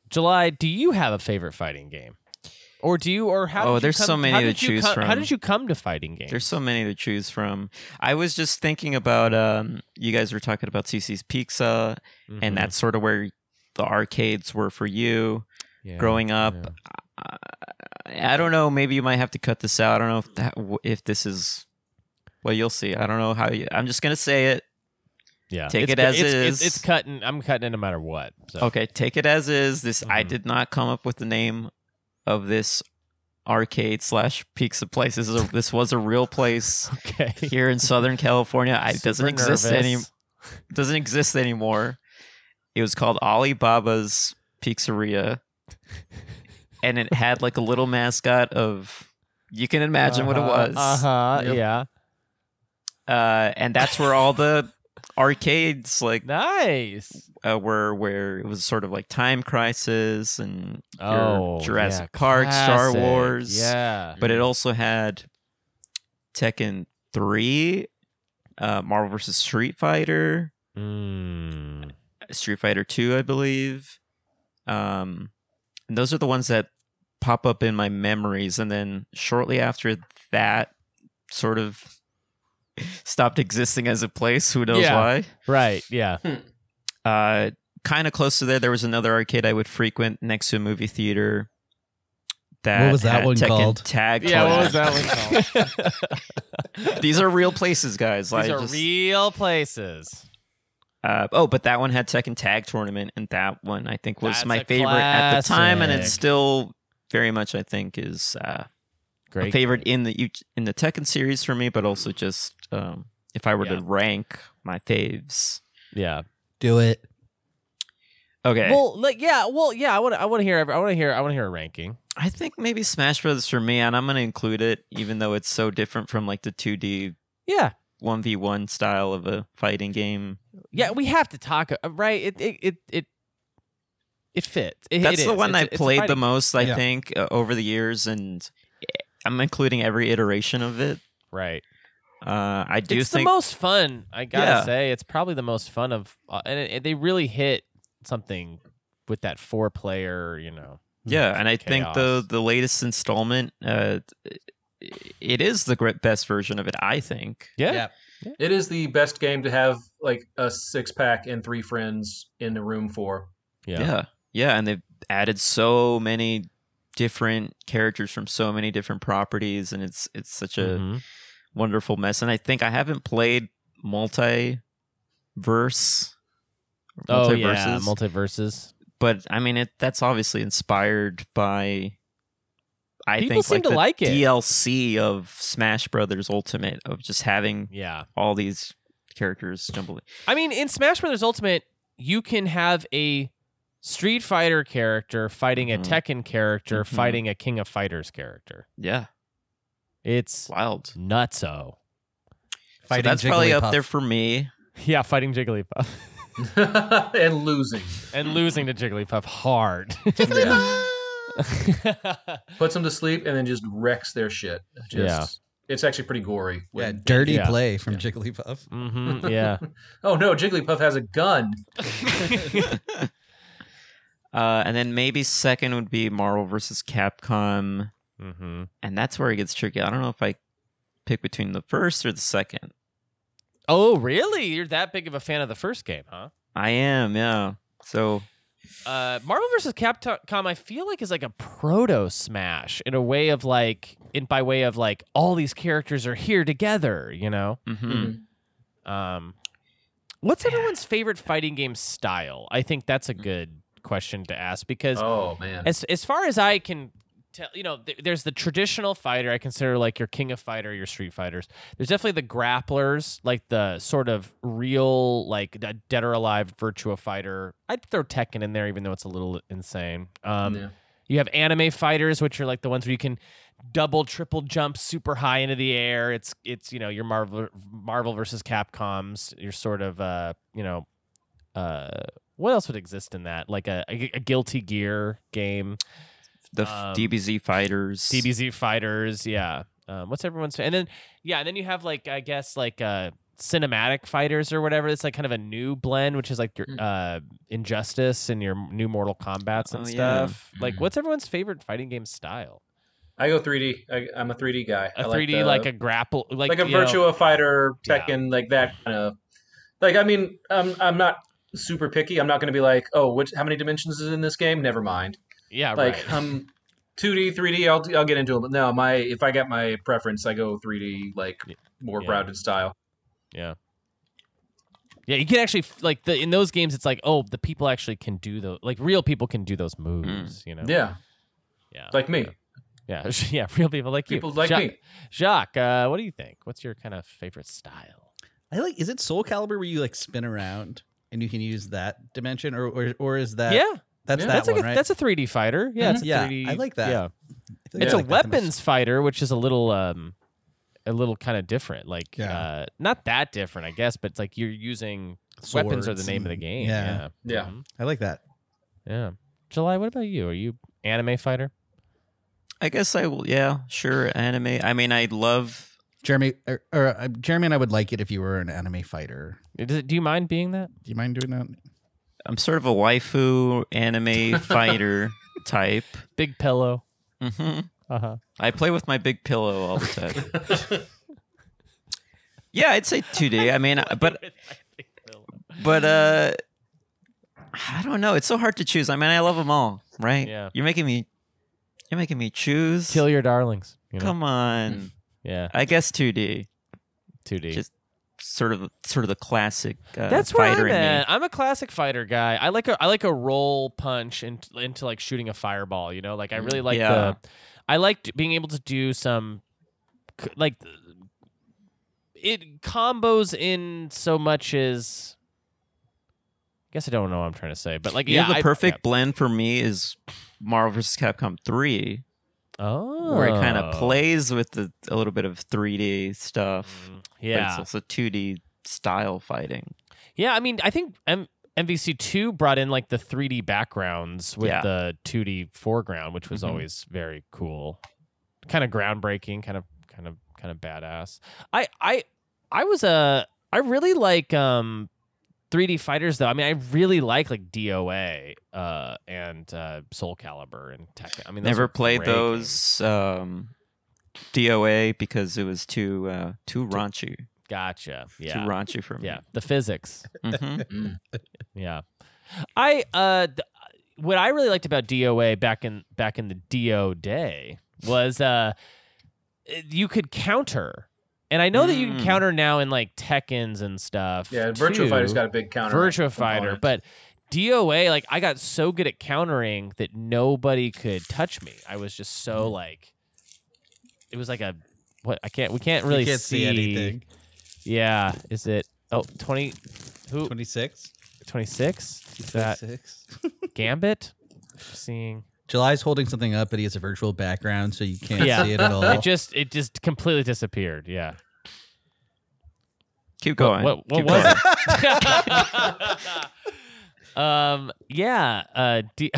July, do you have a favorite fighting game, or do you, or how?
Oh,
did you
there's so
come-
many
how
to
did you
choose
come- How
from.
did you come to fighting games?
There's so many to choose from. I was just thinking about um, you guys were talking about CC's Pizza,
Mhm.
and that's sort of where the arcades were for you
Yeah,
growing up.
yeah.
I, I don't know. Maybe you might have to cut this out. I don't know if that if this is. Well, you'll see. I don't know how you. I'm just gonna say it.
Yeah,
Take
it's,
it as
it's, It's,
is.
it's cutting. I'm cutting it no matter what. So.
Okay, take it as is. This I
Mhm.
did not come up with the name of this arcade slash pizza place. This is a, this was a real place
Okay.
here in Southern California. I, it doesn't
Super
exist any
nervous.
doesn't exist anymore. It was called Alibaba's Pizzeria, and it had like a little mascot of. You can imagine what it was,
Uh huh.
Yep.
Yeah.
uh, and that's where all the arcades like
Nice.
uh, were where it was sort of like Time Crisis and your
Oh,
Jurassic
yeah,
Park, Star
classic.
Wars.
Yeah.
But it also had Tekken 3, uh, Marvel vs. Street Fighter,
Mm.
Street Fighter 2, I believe. Um, and those are the ones that pop up in my memories. And then shortly after that, sort of stopped existing as a place. Who knows
Yeah.
why?
Right. Yeah.
Uh, kind of close to there, there was another arcade I would frequent next to a movie theater. That
What was that
had
one
Tekken
called?
Tag.
Yeah. What was
Tournament.
that one called?
These are real places, guys.
These
I
are
just-
real places.
Uh, oh, but that one had Tekken Tag Tournament, and that one I think was
That's
my
a
favorite at the time, and it's
classic.
still very much I think is uh, a
Great.
favorite in the each- in the Tekken series for me, but also just um, if I were
Yeah.
to rank my faves.
Yeah.
Do it.
Okay,
Well, like yeah. Well, yeah. I want. to. I want to hear. every- I want to hear. I want to hear a ranking.
I think maybe Smash Brothers for me, and I'm gonna include it, even though it's so different from like the 2D
Yeah.
1v1 style of a fighting game.
Yeah. We have to talk. uh, Right. It. It. It. it it fits. It-
That's
it
the
is.
one
It's a-
I
it's a
played the
fighting-
most, I
Yeah.
think, uh, over the years, and eh, I'm including every iteration of it.
Right.
Uh, I do
it's
think
the most fun. I gotta
Yeah.
say, it's probably the most fun of, uh, and it, they really hit something with that four player. You know.
Yeah, and I think the
Hmm, chaos.
the latest installment, uh, it is the gr- best version of it. I think.
Yeah.
Yeah.
It is the best game to have like a six pack and three friends in the room for.
Yeah.
Yeah, yeah, and they've added so many different characters from so many different properties, and it's it's such a
Mhm.
wonderful mess. And I think I haven't played multi verse.
Oh yeah. Multiverses.
but I mean, it that's obviously inspired by. I
People
think
seem
like
to
the
like it.
DLC of Smash Brothers Ultimate of just having
Yeah.
all these characters jumbled.
I mean, in Smash Brothers Ultimate, you can have a Street Fighter character fighting
Mhm.
a Tekken character
Mhm.
fighting a King of Fighters character.
Yeah,
It's
wild. So
nutso.
Fighting
that's probably up
Jigglypuff.
there for me.
Yeah, fighting Jigglypuff
and losing.
and losing to Jigglypuff hard.
Puts them to sleep and then just wrecks their shit. Just, It's actually pretty gory.
Yeah,
when-
dirty
Yeah.
play from Jigglypuff.
hmm yeah.
Oh no, Jigglypuff has a gun.
Uh, and then maybe second would be Marvel versus Capcom,
hmm
and that's where it gets tricky. I don't know if I pick between the first or the second.
Oh, really? You're that big of a fan of the first game, huh?
I am, yeah. So
Uh, Marvel vs. Capcom, I feel like is like a proto Smash in a way of like, in by way of like, all these characters are here together, you know.
mhm.
Um, what's everyone's favorite fighting game style? I think that's a good question to ask because
Oh man.
as as far as I can tell, you know, th- there's the traditional fighter I consider like your King of Fighter, your Street Fighters. There's definitely the grapplers, like the sort of real like the Dead or Alive Virtua Fighter. I'd throw Tekken in there, even though it's a little insane. Um,
Yeah.
you have anime fighters, which are like the ones where you can double, triple jump super high into the air. It's it's you know your Marvel Marvel versus Capcoms. Your sort of uh you know uh what else would exist in that like a a, a Guilty Gear game,
the f-
Um,
DBZ fighters.
DBZ fighters. Yeah, um, what's everyone's and then yeah, and then you have like I guess like uh cinematic fighters or whatever. It's like kind of a new blend, which is like your
Hmm.
Mm.
uh Injustice and your new Mortal Kombat's and
Oh, yeah.
stuff. Like, what's everyone's favorite fighting game style?
I go 3D. I, I'm a 3D guy.
a
I
3D
the-
like, a grapple like,
like a
you know-
Virtua Fighter,
Yeah.
Tekken, like that kind of. Like I mean, I'm I'm not super picky. I'm not going to be like, oh, which how many dimensions is in this game? Never mind.
yeah
like
right
um, 2D, 3D. I'll I'll get into them. But no, my if I get my preference, I go 3D, like
Yeah.
more
Yeah.
grounded style.
yeah yeah you can actually f- like the in those games it's like oh the people actually can do those like real people can do those moves you know
Hmm. Yeah,
yeah
like me.
yeah yeah real people like
People
you
like
Jacques,
me.
Jacques uh, what do you think what's your kind of favorite style
I like. Is it Soul Calibur where you like spin around and you can use that dimension, or or, or is that?
yeah
that's
Yeah.
that
that's
one,
like a,
right? Mm-hmm.
that's a 3D fighter yeah it's a
Yeah,
3D
I like that.
yeah
I feel like
it's
I
a
like that the most.
weapons fighter, which is a little um a little kind of different. Like
Yeah.
uh not that different, I guess, but it's like you're using weapons are the
Swords
name of the
and-
game.
yeah.
Yeah.
Yeah.
Mhm.
I like that.
Yeah. July, what about you? Are you anime fighter?
I guess I will. Yeah, sure. Anime. I mean, I love.
Jeremy or, or uh, Jeremy and I would like it if you were an anime fighter.
Does it- Do you mind being that?
Do you mind doing that?
I'm sort of a waifu anime fighter type.
Big pillow.
hmm
Uh-huh.
I play with my big pillow all the time. yeah, I'd say 2D. I mean, but but uh I don't know. It's so hard to choose. I mean, I love them all, right?
Yeah.
You're making me you're making me choose.
Kill your darlings. You know? Hmm.
Come on.
Yeah.
I guess 2D.
2D.
Just sort of sort of the classic uh,
That's where
fighter
I'm
in me.
at. I'm a classic fighter guy. I like a I like a roll punch into, into like shooting a fireball. You know, like I really like
Yeah.
the I like d- being able to do some c- like it combos in so much as. I guess I don't know what I'm trying to say, but like
You know,
yeah,
the
I-
perfect blend for me is Marvel vs. Capcom
yeah.
3,
oh,
where it kind of plays with the, a little bit of 3D stuff. But
Mm, Yeah,
it's also 2D style fighting.
Yeah, I memean, I think M- MVC two brought in like the 3D backgrounds with
Yeah.
the 2D foreground, which was
Mhm.
always very cool, kind of groundbreaking, kind of kind of kind of badass. I I I was a I really like um 3D fighters though. I mean, I really like like DOA uh and uh Soul Calibur and Tekken. I mean, those
Never
are
played
great games.
those um, DOA because it was too uh, too raunchy,
Gotcha.
too
Yeah.
raunchy for me.
Yeah, the physics.
hmm
Yeah. I uh th- what I really liked about DOA back in back in the DO day was uh you could counter. And I know that you can
Mm.
counter now in like Tekkens and stuff.
Yeah, Virtua
too.
Fighter's got a big counter.
Virtua Fighter,
component.
but DOA like I got so good at countering that nobody could touch me. I was just so
Mm.
like it was like a what I can't we can't really
you can't see, anything.
Yeah, is it oh 20 who
26?
26 is that
26.
gambit seeing
July's holding something up, but he has a virtual background, so you can't
Yeah.
see it at all.
it just it just completely disappeared yeah
Keep
what,
going.
what, what
Keep
was
going.
it um yeah uh D-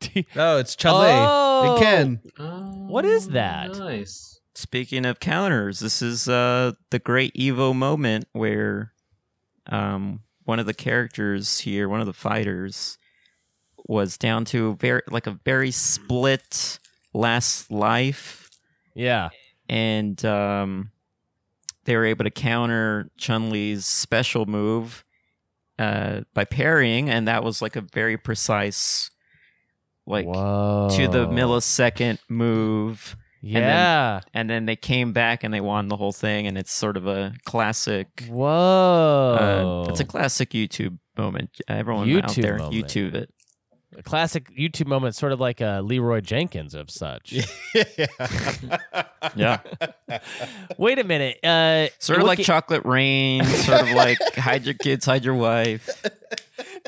D-
oh, it's Chale.
Oh!
It can.
What is that?
Oh, Nice.
Speaking of counters, this is uh, the great Evo moment where um, one of the characters here, one of the fighters, was down to very like a very split last life,
yeah
and um, they were able to counter Chun Li's special move uh, by parrying, and that was like a very precise, like
Whoa.
to the millisecond move then- uh,
yeah
and then they came back and they won the whole thing and it's sort of a classic
whoa
uh, it's a classic youtube moment everyone out
YouTube
there
moment.
youtube it
A classic youtube moment sort of like a leroy jenkins of such
yeah
wait a minute uh
sort of like
looking-
chocolate rain sort of like hide your kids hide your wife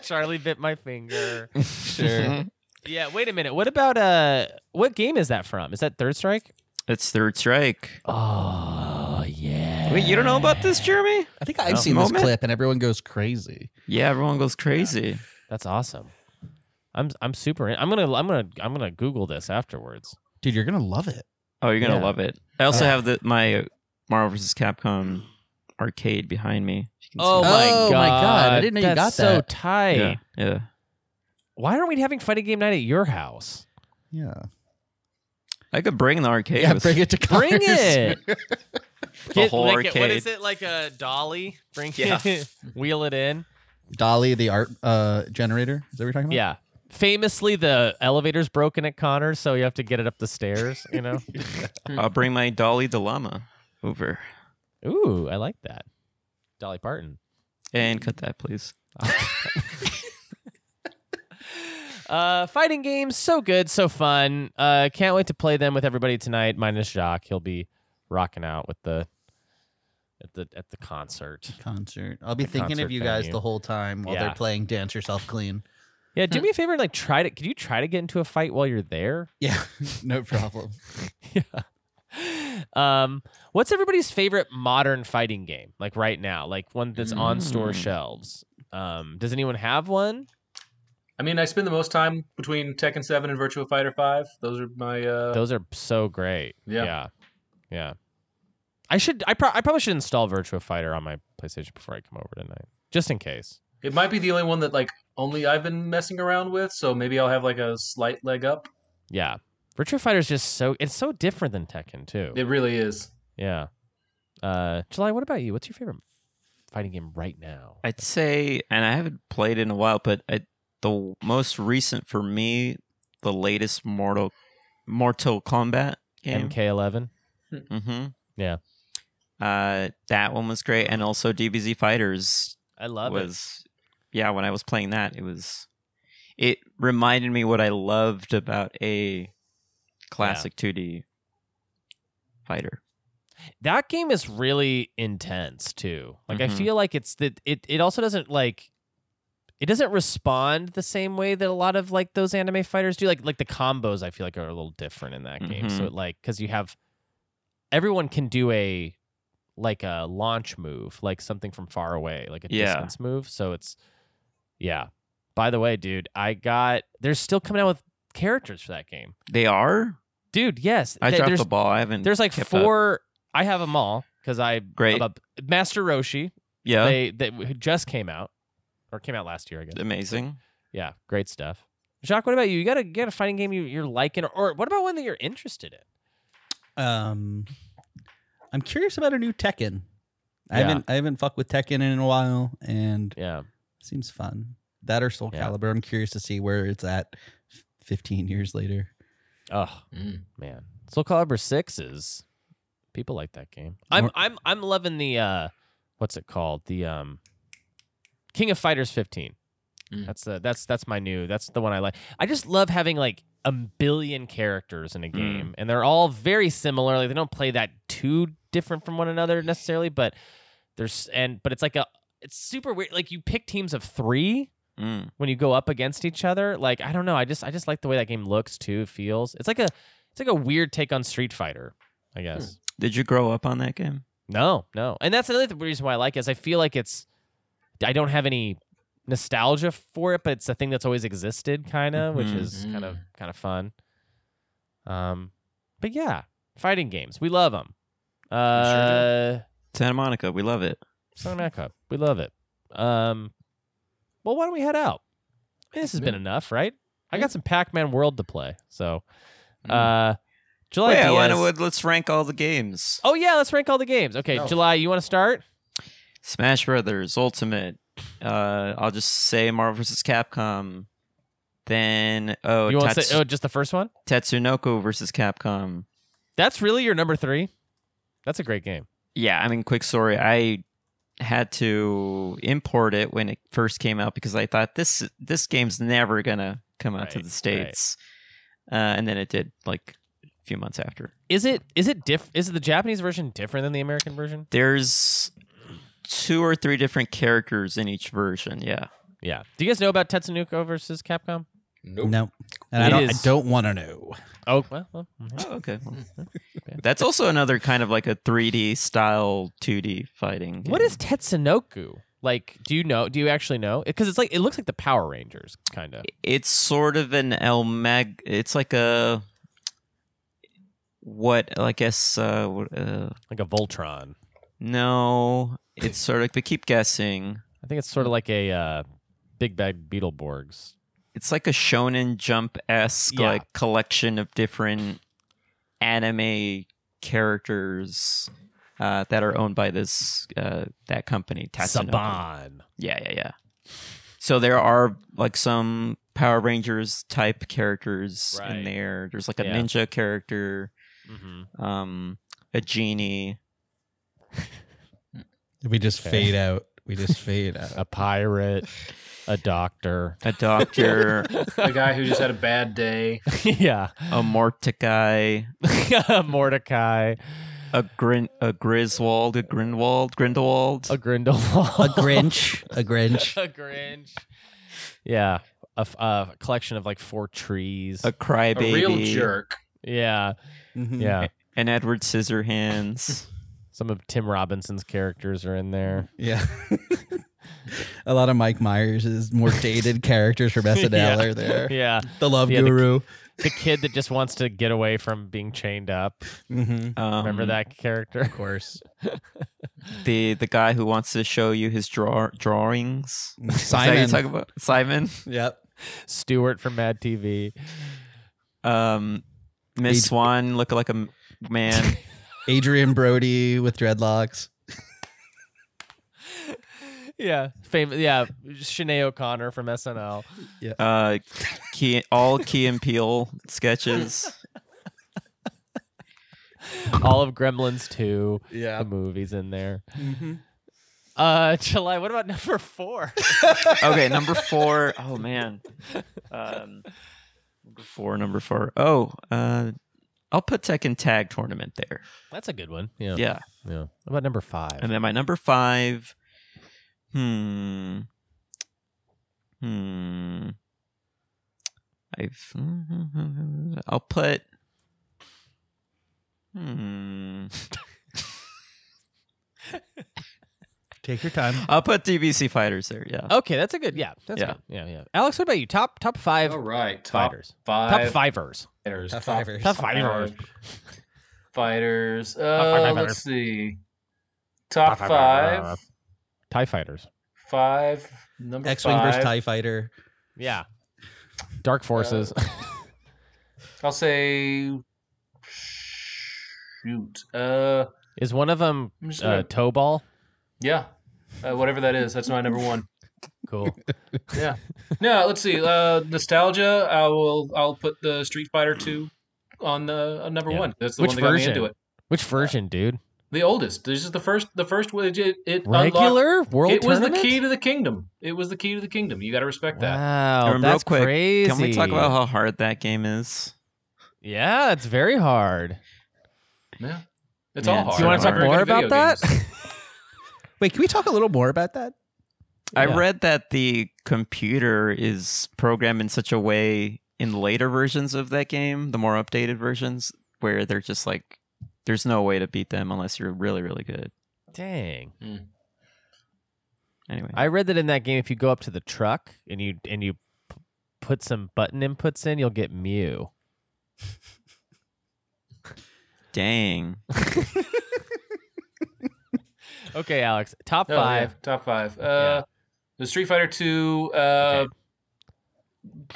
charlie bit my finger
sure
yeah wait a minute what about uh what game is that from is that third strike
it's third strike
Oh yeah.
wait you don't know about this jeremy
I think I've
Oh.
seen
Moment?
this clip, and everyone goes crazy.
yeah everyone goes crazy
That's awesome. I'm I'm super. In, I'm gonna I'm gonna I'm gonna Google this afterwards.
Dude, you're gonna love it.
oh you're gonna
Yeah.
love it i also have the my marvel vs capcom arcade behind me You can see
Oh
it.
my God, I didn't know you
That's
got
So
that.
tight.
yeah, yeah.
Why aren't we having fighting game night at your house?
Yeah.
i could bring the arcade
Yeah,
with-
bring it to Connors.
Bring it. Get,
whole
like, What
arcade.
is it like a dolly? Bring
Yeah.
it. Wheel it in.
Uh-huh. Dolly, the art uh, generator. Is that what you're talking about?
Yeah. Famously, the elevator's broken at Connor's, so you have to get it up the stairs. You know.
I'll bring my Dolly the llama over
Ooh, I like that. Dolly Parton.
and cut that, please.
Uh, fighting games, so good, so fun. Uh, can't wait to play them with everybody tonight. Minus Jacques, he'll be rocking out with the at the at the concert.
Concert. I'll be
The
thinking
concert
of you guys
venue.
the whole time while
Yeah.
they're playing Dance Yourself Clean.
Yeah, do me a favor and like try to. Could you try to get into a fight while you're there?
Yeah, no problem.
Um, what's everybody's favorite modern fighting game? Like right now, like one that's on store
Mm.
shelves. Um, does anyone have one?
I mean, I spend the most time between Tekken 7 and Virtua Fighter 5. Those are my. Uh,
Those are so great.
Yeah.
yeah, yeah. I should. I, pro- I probably should install Virtua Fighter on my PlayStation before I come over tonight, just in case.
It might be the only one that like only I've been messing around with, so maybe I'll have like a slight leg up.
Yeah. Virtua Fighter is just so it's so different than Tekken too.
It really is.
Yeah. Uh, July, what about you? What's your favorite fighting game right now?
I'd say, and I haven't played in a while, but I, the most recent for me, the latest Mortal Mortal Kombat game,
MK11.
hmm
Yeah.
Uh, that one was great, and also DBZ Fighters
I love it.
was, yeah. When I was playing that, it was, it reminded me what I loved about a classic 2D fighter.
That game is really intense too. Like I
Mhm.
feel like it's that it it also doesn't like it doesn't respond the same way that a lot of like those anime fighters do. Like like the combos I feel like are a little different in that game. So
Mhm.
it, like cuz you have everyone can do a like a launch move, like something from far away, like a
Yeah.
distance move. So it's yeah. By the way, dude, I got they're still coming out with characters for that game.
They are.
Dude, yes.
I
Th-
dropped
there's-
the ball. I haven't.
there's like
kept up.
four. I have them all because I
Mm-hmm. Great. Oh.
I'm up- Master Roshi.
Yeah,
They they who just came out or came out last year, I guess.
amazing.
Yeah, great stuff. Jacques, what about you? You got a you got a fighting game you, you're liking, or, or what about one that you're interested in?
Um, I'm curious about a new Tekken. I
Yeah.
haven't I haven't fucked with Tekken in a while, and
Yeah,
seems fun. That or Soul
Yeah.
Calibur. I'm curious to see where it's at. f- Fifteen years later.
Oh
Mm.
man, Soul Calibur Six is people like that game. I'm
More-
I'm I'm loving the uh, what's it called? The um, King of Fighters 15.
Mm.
That's the that's that's my new that's the one I like. I just love having like a billion characters
Mm.
in a game, and they're all very similar. Like they don't play that too different from one another necessarily, but there's and but it's like a it's super weird. Like you pick teams of three
Mm.
when you go up against each other. Like I don't know, I just I just like the way that game looks too, feels. It's like a it's like a weird take on Street Fighter, I guess.
Did you grow up on that game?
No, no, and that's another th- reason why I like it. Is I feel like it's I don't have any nostalgia for it, but it's a thing that's always existed, kind of, which
Mhm.
is kind of kind of fun. Um, but yeah, fighting games, we love them. Uh.
Santa Monica, we love it.
Song Mac Hub. We love it. Um, well, why don't we head out? I mean, this has been
Yeah. Hmm.
enough, right? I got some Pac Man World to play. So, uh, July.
Wait, I wanna-
Diaz-
would- let's rank all the games.
oh, yeah, let's rank all the games. Okay,
No.
July, you want to start?
Smash Brothers Ultimate. Uh, I'll just say Marvel vs. Capcom. Then oh,
you want to
Tats-
say, oh, just the first one?
Tatsunoko versus Capcom.
That's really your number three? That's a great game.
Yeah, I mean, quick story. I had to import it when it first came out because I thought this this game's never gonna come out to
Right,
the
right.
states, uh, and then it did like a few months after.
Is it is it diff is the Japanese version different than the American version?
There's two or three different characters in each version. Yeah.
Yeah. Do you guys know about Tetsunoko versus Capcom?
Nope.
No, and I
It
don't, I
is-
don't want to know.
Oh, well, well, mhm.
Oh, okay. Well, That's also another kind of like a 3D style 2D fighting.
What
game.
is Tetsunoku? Like, do you know? Do you actually know? Because it's like it looks like the Power Rangers, kind of.
It's sort of an El Mag. It's like a what? I guess. Uh, what- uh,
like a Voltron.
no, it's sort of. But keep guessing.
I think it's sort of like a uh, Big Bad Beetleborgs.
It's like a Shonen Jump esque
Yeah.
like collection of different anime characters uh, that are owned by this uh, that company. Tatsunoko.
Saban.
Yeah, yeah, yeah. So there are like some Power Rangers type characters
Right.
in there. There's like a
Yeah.
ninja character,
Mm-hmm.
um, a genie.
We just
Okay.
fade out. We just fade out.
A pirate. A doctor.
A doctor,
The guy who just had a bad day.
yeah.
a Mordecai,
Mordecai.
a Grin, a Griswold, a Grinwald, Grindelwald.
A Grindelwald.
A Grinch. A Grinch.
a Grinch. Yeah. A, f- a collection of like four trees.
a
A
crybaby,
real jerk.
yeah.
Mhm.
Yeah.
an Edward Scissorhands.
Some of Tim Robinson's characters are in there.
Yeah. a lot of Mike Myers' more dated characters from SNL
Yeah.
are there.
Yeah.
The love
Yeah, the-
guru.
the kid that just wants to get away from being chained up.
Mm-hmm.
Remember
Um,
that character?
Of course.
the the guy who wants to show you his draw- drawings. Is that what you're talking about Simon.
Mm-hmm. Yep.
Stewart from Mad TV.
Um, Miss
He's-
Swan look like a m- man.
Adrian Brody with dreadlocks.
Yeah, famous. Yeah, Shanae O'Connor from SNL.
uh, key, all Key and Peele sketches.
All of Gremlins two.
Yeah.
The movies in there. Uh, July. What about number four?
Okay, number four. Oh man. Um, number four. Number four. Oh, uh, I'll put Tekken Tag Tournament there.
That's a good one. Yeah.
Yeah.
Yeah. What about number five?
And then my number five. Hmm. Hmm. I've. I'll put. Hmm.
Take your time.
I'll put DBC fighters there. Yeah.
okay, that's a good. Yeah. That's
Yeah.
Good. Yeah. Yeah. Alex, what about you? Top top five
All right, top
fighters.
five
top fivers.
fighters.
Top fivers.
Top fivers.
Fighters.
five
Uh,
fighters.
let's see.
Top
Top
five
five.
fighters. Tie fighters.
Five. Number
X Wing versus
five.
TIE Fighter.
Yeah. Dark forces.
I'll say. Shoot. Uh,
Is one of them
I'm just
uh,
gonna-
toe ball?
yeah. Uh, whatever that is, that's my number one.
Cool.
Yeah. No, let's see. Uh, nostalgia. I will. I'll put the Street Fighter Two on the on number
Yeah.
one. That's the
Which
one that
version?
got me into it.
Which version, dude?
The oldest. This is the first. The first. one- It, it, it unlocked-
Regular world
It was the
tournament?
key to the kingdom. It was the key to the kingdom. You got to respect that.
Wow,
Um, real
that's
quick,
crazy.
Can we talk about how hard that game is?
Yeah, it's very hard.
Yeah. It's
Yeah,
all
it's
hard.
Do you wanna
I'm not
talk
very
more
good at
about
video
that?
games.
Wait, can we talk a little more about that?
I
Yeah.
read that the computer is programmed in such a way in later versions of that game, the more updated versions, where they're just like, there's no way to beat them unless you're really, really good.
Dang.
Anyway,
I read that in that game, if you go up to the truck and you and you p- put some button inputs in, you'll get Mew.
dang.
Okay, Alex. Top
Oh, yeah,
five.
Top five. Uh,
Yeah.
The Street Fighter Two. Uh,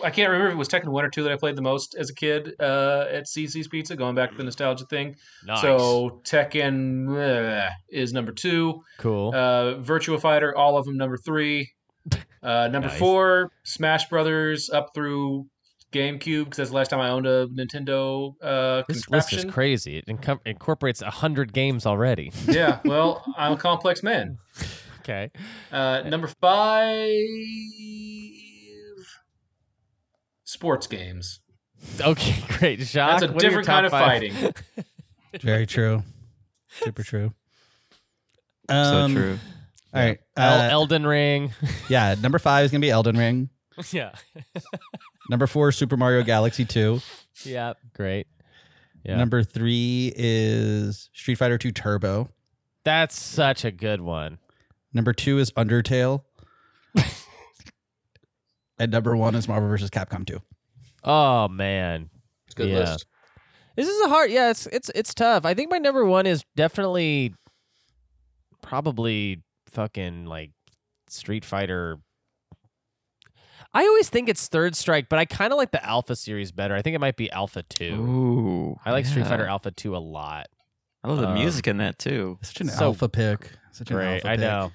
I can't remember if it was Tekken One or Two that I played the most as a kid uh, at CC's Pizza. Going back to the nostalgia thing.
Nice.
So Tekken bleh, is number two.
cool.
Uh, Virtua Fighter, all of them number three. Uh, number
Nice.
four, Smash Brothers up through GameCube because that's the last time I owned a Nintendo uh,
this list is
contraption.
crazy. It incom- incorporates hundred games already.
yeah, well, I'm a complex man.
Okay.
Uh, number five, sports games.
Okay. Great. Jacques,
That's a
what are your
different
top
kind of
five?
fighting.
Very true. Super true.
Um,
so true.
Um, All right.
El-
uh,
Elden Ring.
yeah, number five is gonna be Elden Ring.
yeah.
Number four, Super Mario Galaxy Two.
Yeah. Great. Yeah.
Number three is Street Fighter Two Turbo.
That's such a good one.
Number two is Undertale. and number one is Marvel vs. Capcom 2.
Oh man.
It's a good
Yeah.
list.
This is a hard. Yeah, it's it's it's tough. I think my number one is definitely, probably fucking like Street Fighter. I always think it's Third Strike, but I kind of like the Alpha series better. I think it might be Alpha Two.
Ooh,
I like Street
yeah.
Fighter Alpha Two a lot.
I love the
um,
music in that too.
Such an
So
alpha pick. Such an
Great,
alpha
I
pick.
know.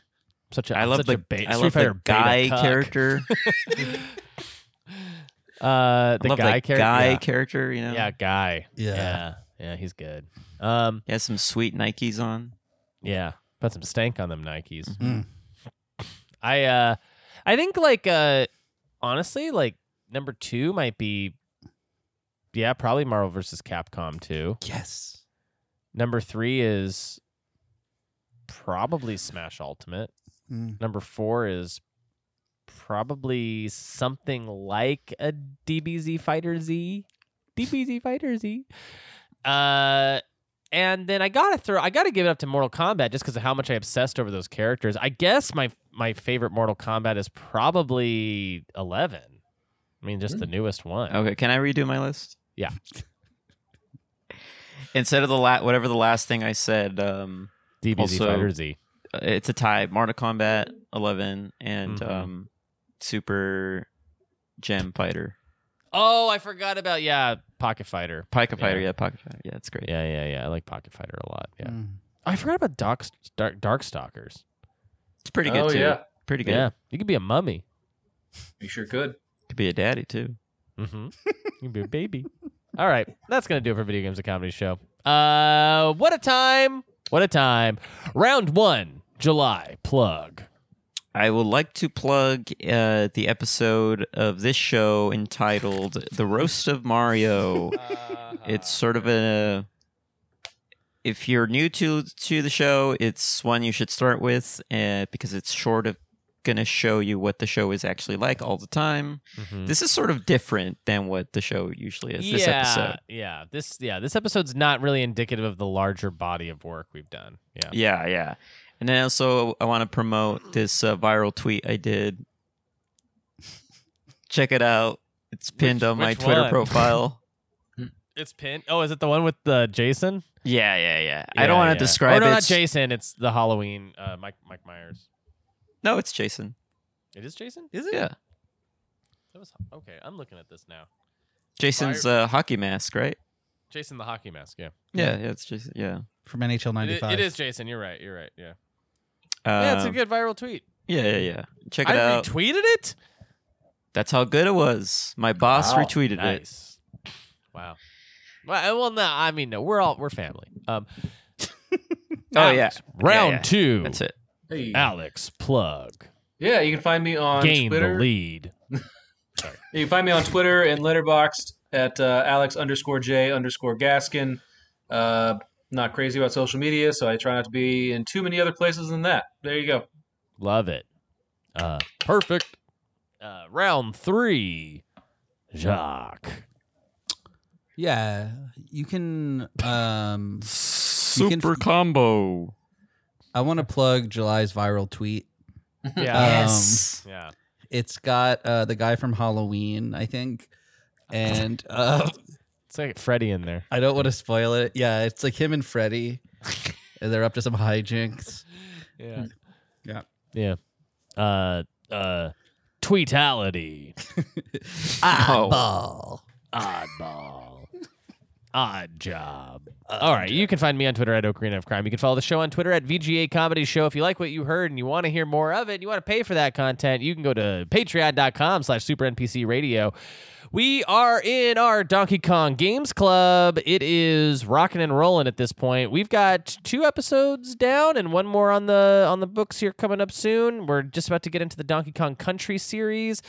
Such a
I love
such
the
a ba-
I
Street
love
Fighter
the
beta
guy
cuck.
character.
Uh, the
I love
guy
the
character.
guy
yeah.
character. You know,
yeah, guy.
Yeah.
yeah, yeah. He's good. Um,
he has some sweet Nikes on.
Yeah, put some stank on them Nikes.
Mhm.
I uh I think like uh honestly like number 2 might be yeah, probably Marvel versus Capcom 2.
Yes.
Number 3 is probably Smash Ultimate.
Mm.
Number 4 is probably something like a DBZ Fighter Z. DBZ Fighter Z. Uh and then I gotta throw, I gotta give it up to Mortal Kombat just because of how much I obsessed over those characters. I guess my my favorite Mortal Kombat is probably eleven. I mean, just the newest one.
Hmm. Okay, can I redo my list?
Yeah.
Instead of the la- whatever the last thing I said, um,
DBZ
Also-
Fighter Z.
uh, it's a tie. Mortal Kombat 11 and
Mhm.
um, Super Gem Fighter,
Oh, I forgot about yeah, Pocket Fighter.
Pocket Fighter.
Yeah.
Yeah, Pocket Fighter. Yeah, it's great.
Yeah, yeah, yeah. I like Pocket Fighter a lot.
Hmm.
Yeah.
Mm.
I forgot about Dark Dark Darkstalkers.
It's pretty good
Oh,
too.
yeah.
Pretty good.
Yeah, you could be a mummy.
You sure could.
Could be a daddy too.
Mm-hmm. You'd be a baby. All right, that's gonna do it for video games and comedy show. Uh, what a time! What a time! Round one, July plug.
I would like to plug uh, the episode of this show entitled "The Roast of Mario." it's sort of a if you're new to to the show, it's one you should start with uh, because it's sort of going to show you what the show is actually like all the time.
Mhm.
This is sort of different than what the show usually is.
yeah,
This episode,
yeah, this yeah, this episode's not really indicative of the larger body of work we've done. Yeah,
yeah, yeah. And then also, I want to promote this uh, viral tweet I did. Check it out. It's pinned
Which-
on my
which
Twitter
one?
profile.
it's pinned. Oh, is it the one with uh, Jason?
yeah, yeah, yeah. I don't
Yeah,
want to
yeah.
describe
Or no,
it.
not Jason. It's the Halloween. Uh, Mike Mike Myers.
No, it's Jason.
It is Jason.
Is it? Yeah.
That was okay. I'm looking at this now.
Jason's uh, hockey mask, right?
Jason the hockey mask. Yeah,
Yeah, yeah, it's Jason. Yeah.
from NHL
It i-
'95.
it is Jason. You're right. You're right. Yeah.
Um,
yeah, it's a good viral tweet.
Yeah, yeah, yeah. Check
I
it out.
retweeted it.
That's how good it was. My boss
Wow,
retweeted it.
Nice. Wow. Well, well, no, I mean, no, we're all we're family. Um.
Oh, yeah.
Alex, round
yeah.
two.
That's it.
Hey.
Alex plug
Yeah, you can find me on
gain
Twitter.
the lead.
You can find me on Twitter and Letterboxd at uh, Alex underscore J underscore Gaskin. Uh, not crazy about social media, so I try not to be in too many other places than that. There you go.
Love it. Uh, perfect. Uh, round three. Jacques.
Yeah, you can. Um, Super
combo.
I want to plug July's viral tweet.
Yeah.
Yes.
Uh, yeah.
It's got uh, the guy from Halloween, I think, and uh,
It's like Freddy in there.
I don't want to spoil it. Yeah, it's like him and Freddy, and they're up to some hijinks.
Yeah.
Yeah.
Yeah. Uh uh tweetality.
Eyeball.
Oddball. Odd job. All right, you can find me on Twitter at Ocarina of Crime. You can follow the show on Twitter at VGA Comedy Show. If you like what you heard and you want to hear more of it, and you want to pay for that content, you can go to patreon.com slash super NPC radio. We are in our Donkey Kong Games Club. It is rocking and rolling at this point. We've got two episodes down and one more on the on the books here coming up soon. We're just about to get into the Donkey Kong Country series.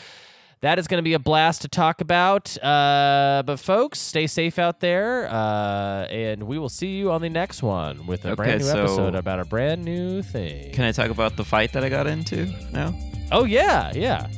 That is going to be a blast to talk about. Uh, but folks, stay safe out there, uh, and we will see you on the next one with a
Okay,
brand new
so-
episode about a brand new thing.
Can I talk about the fight that I got into now?
oh yeah, yeah.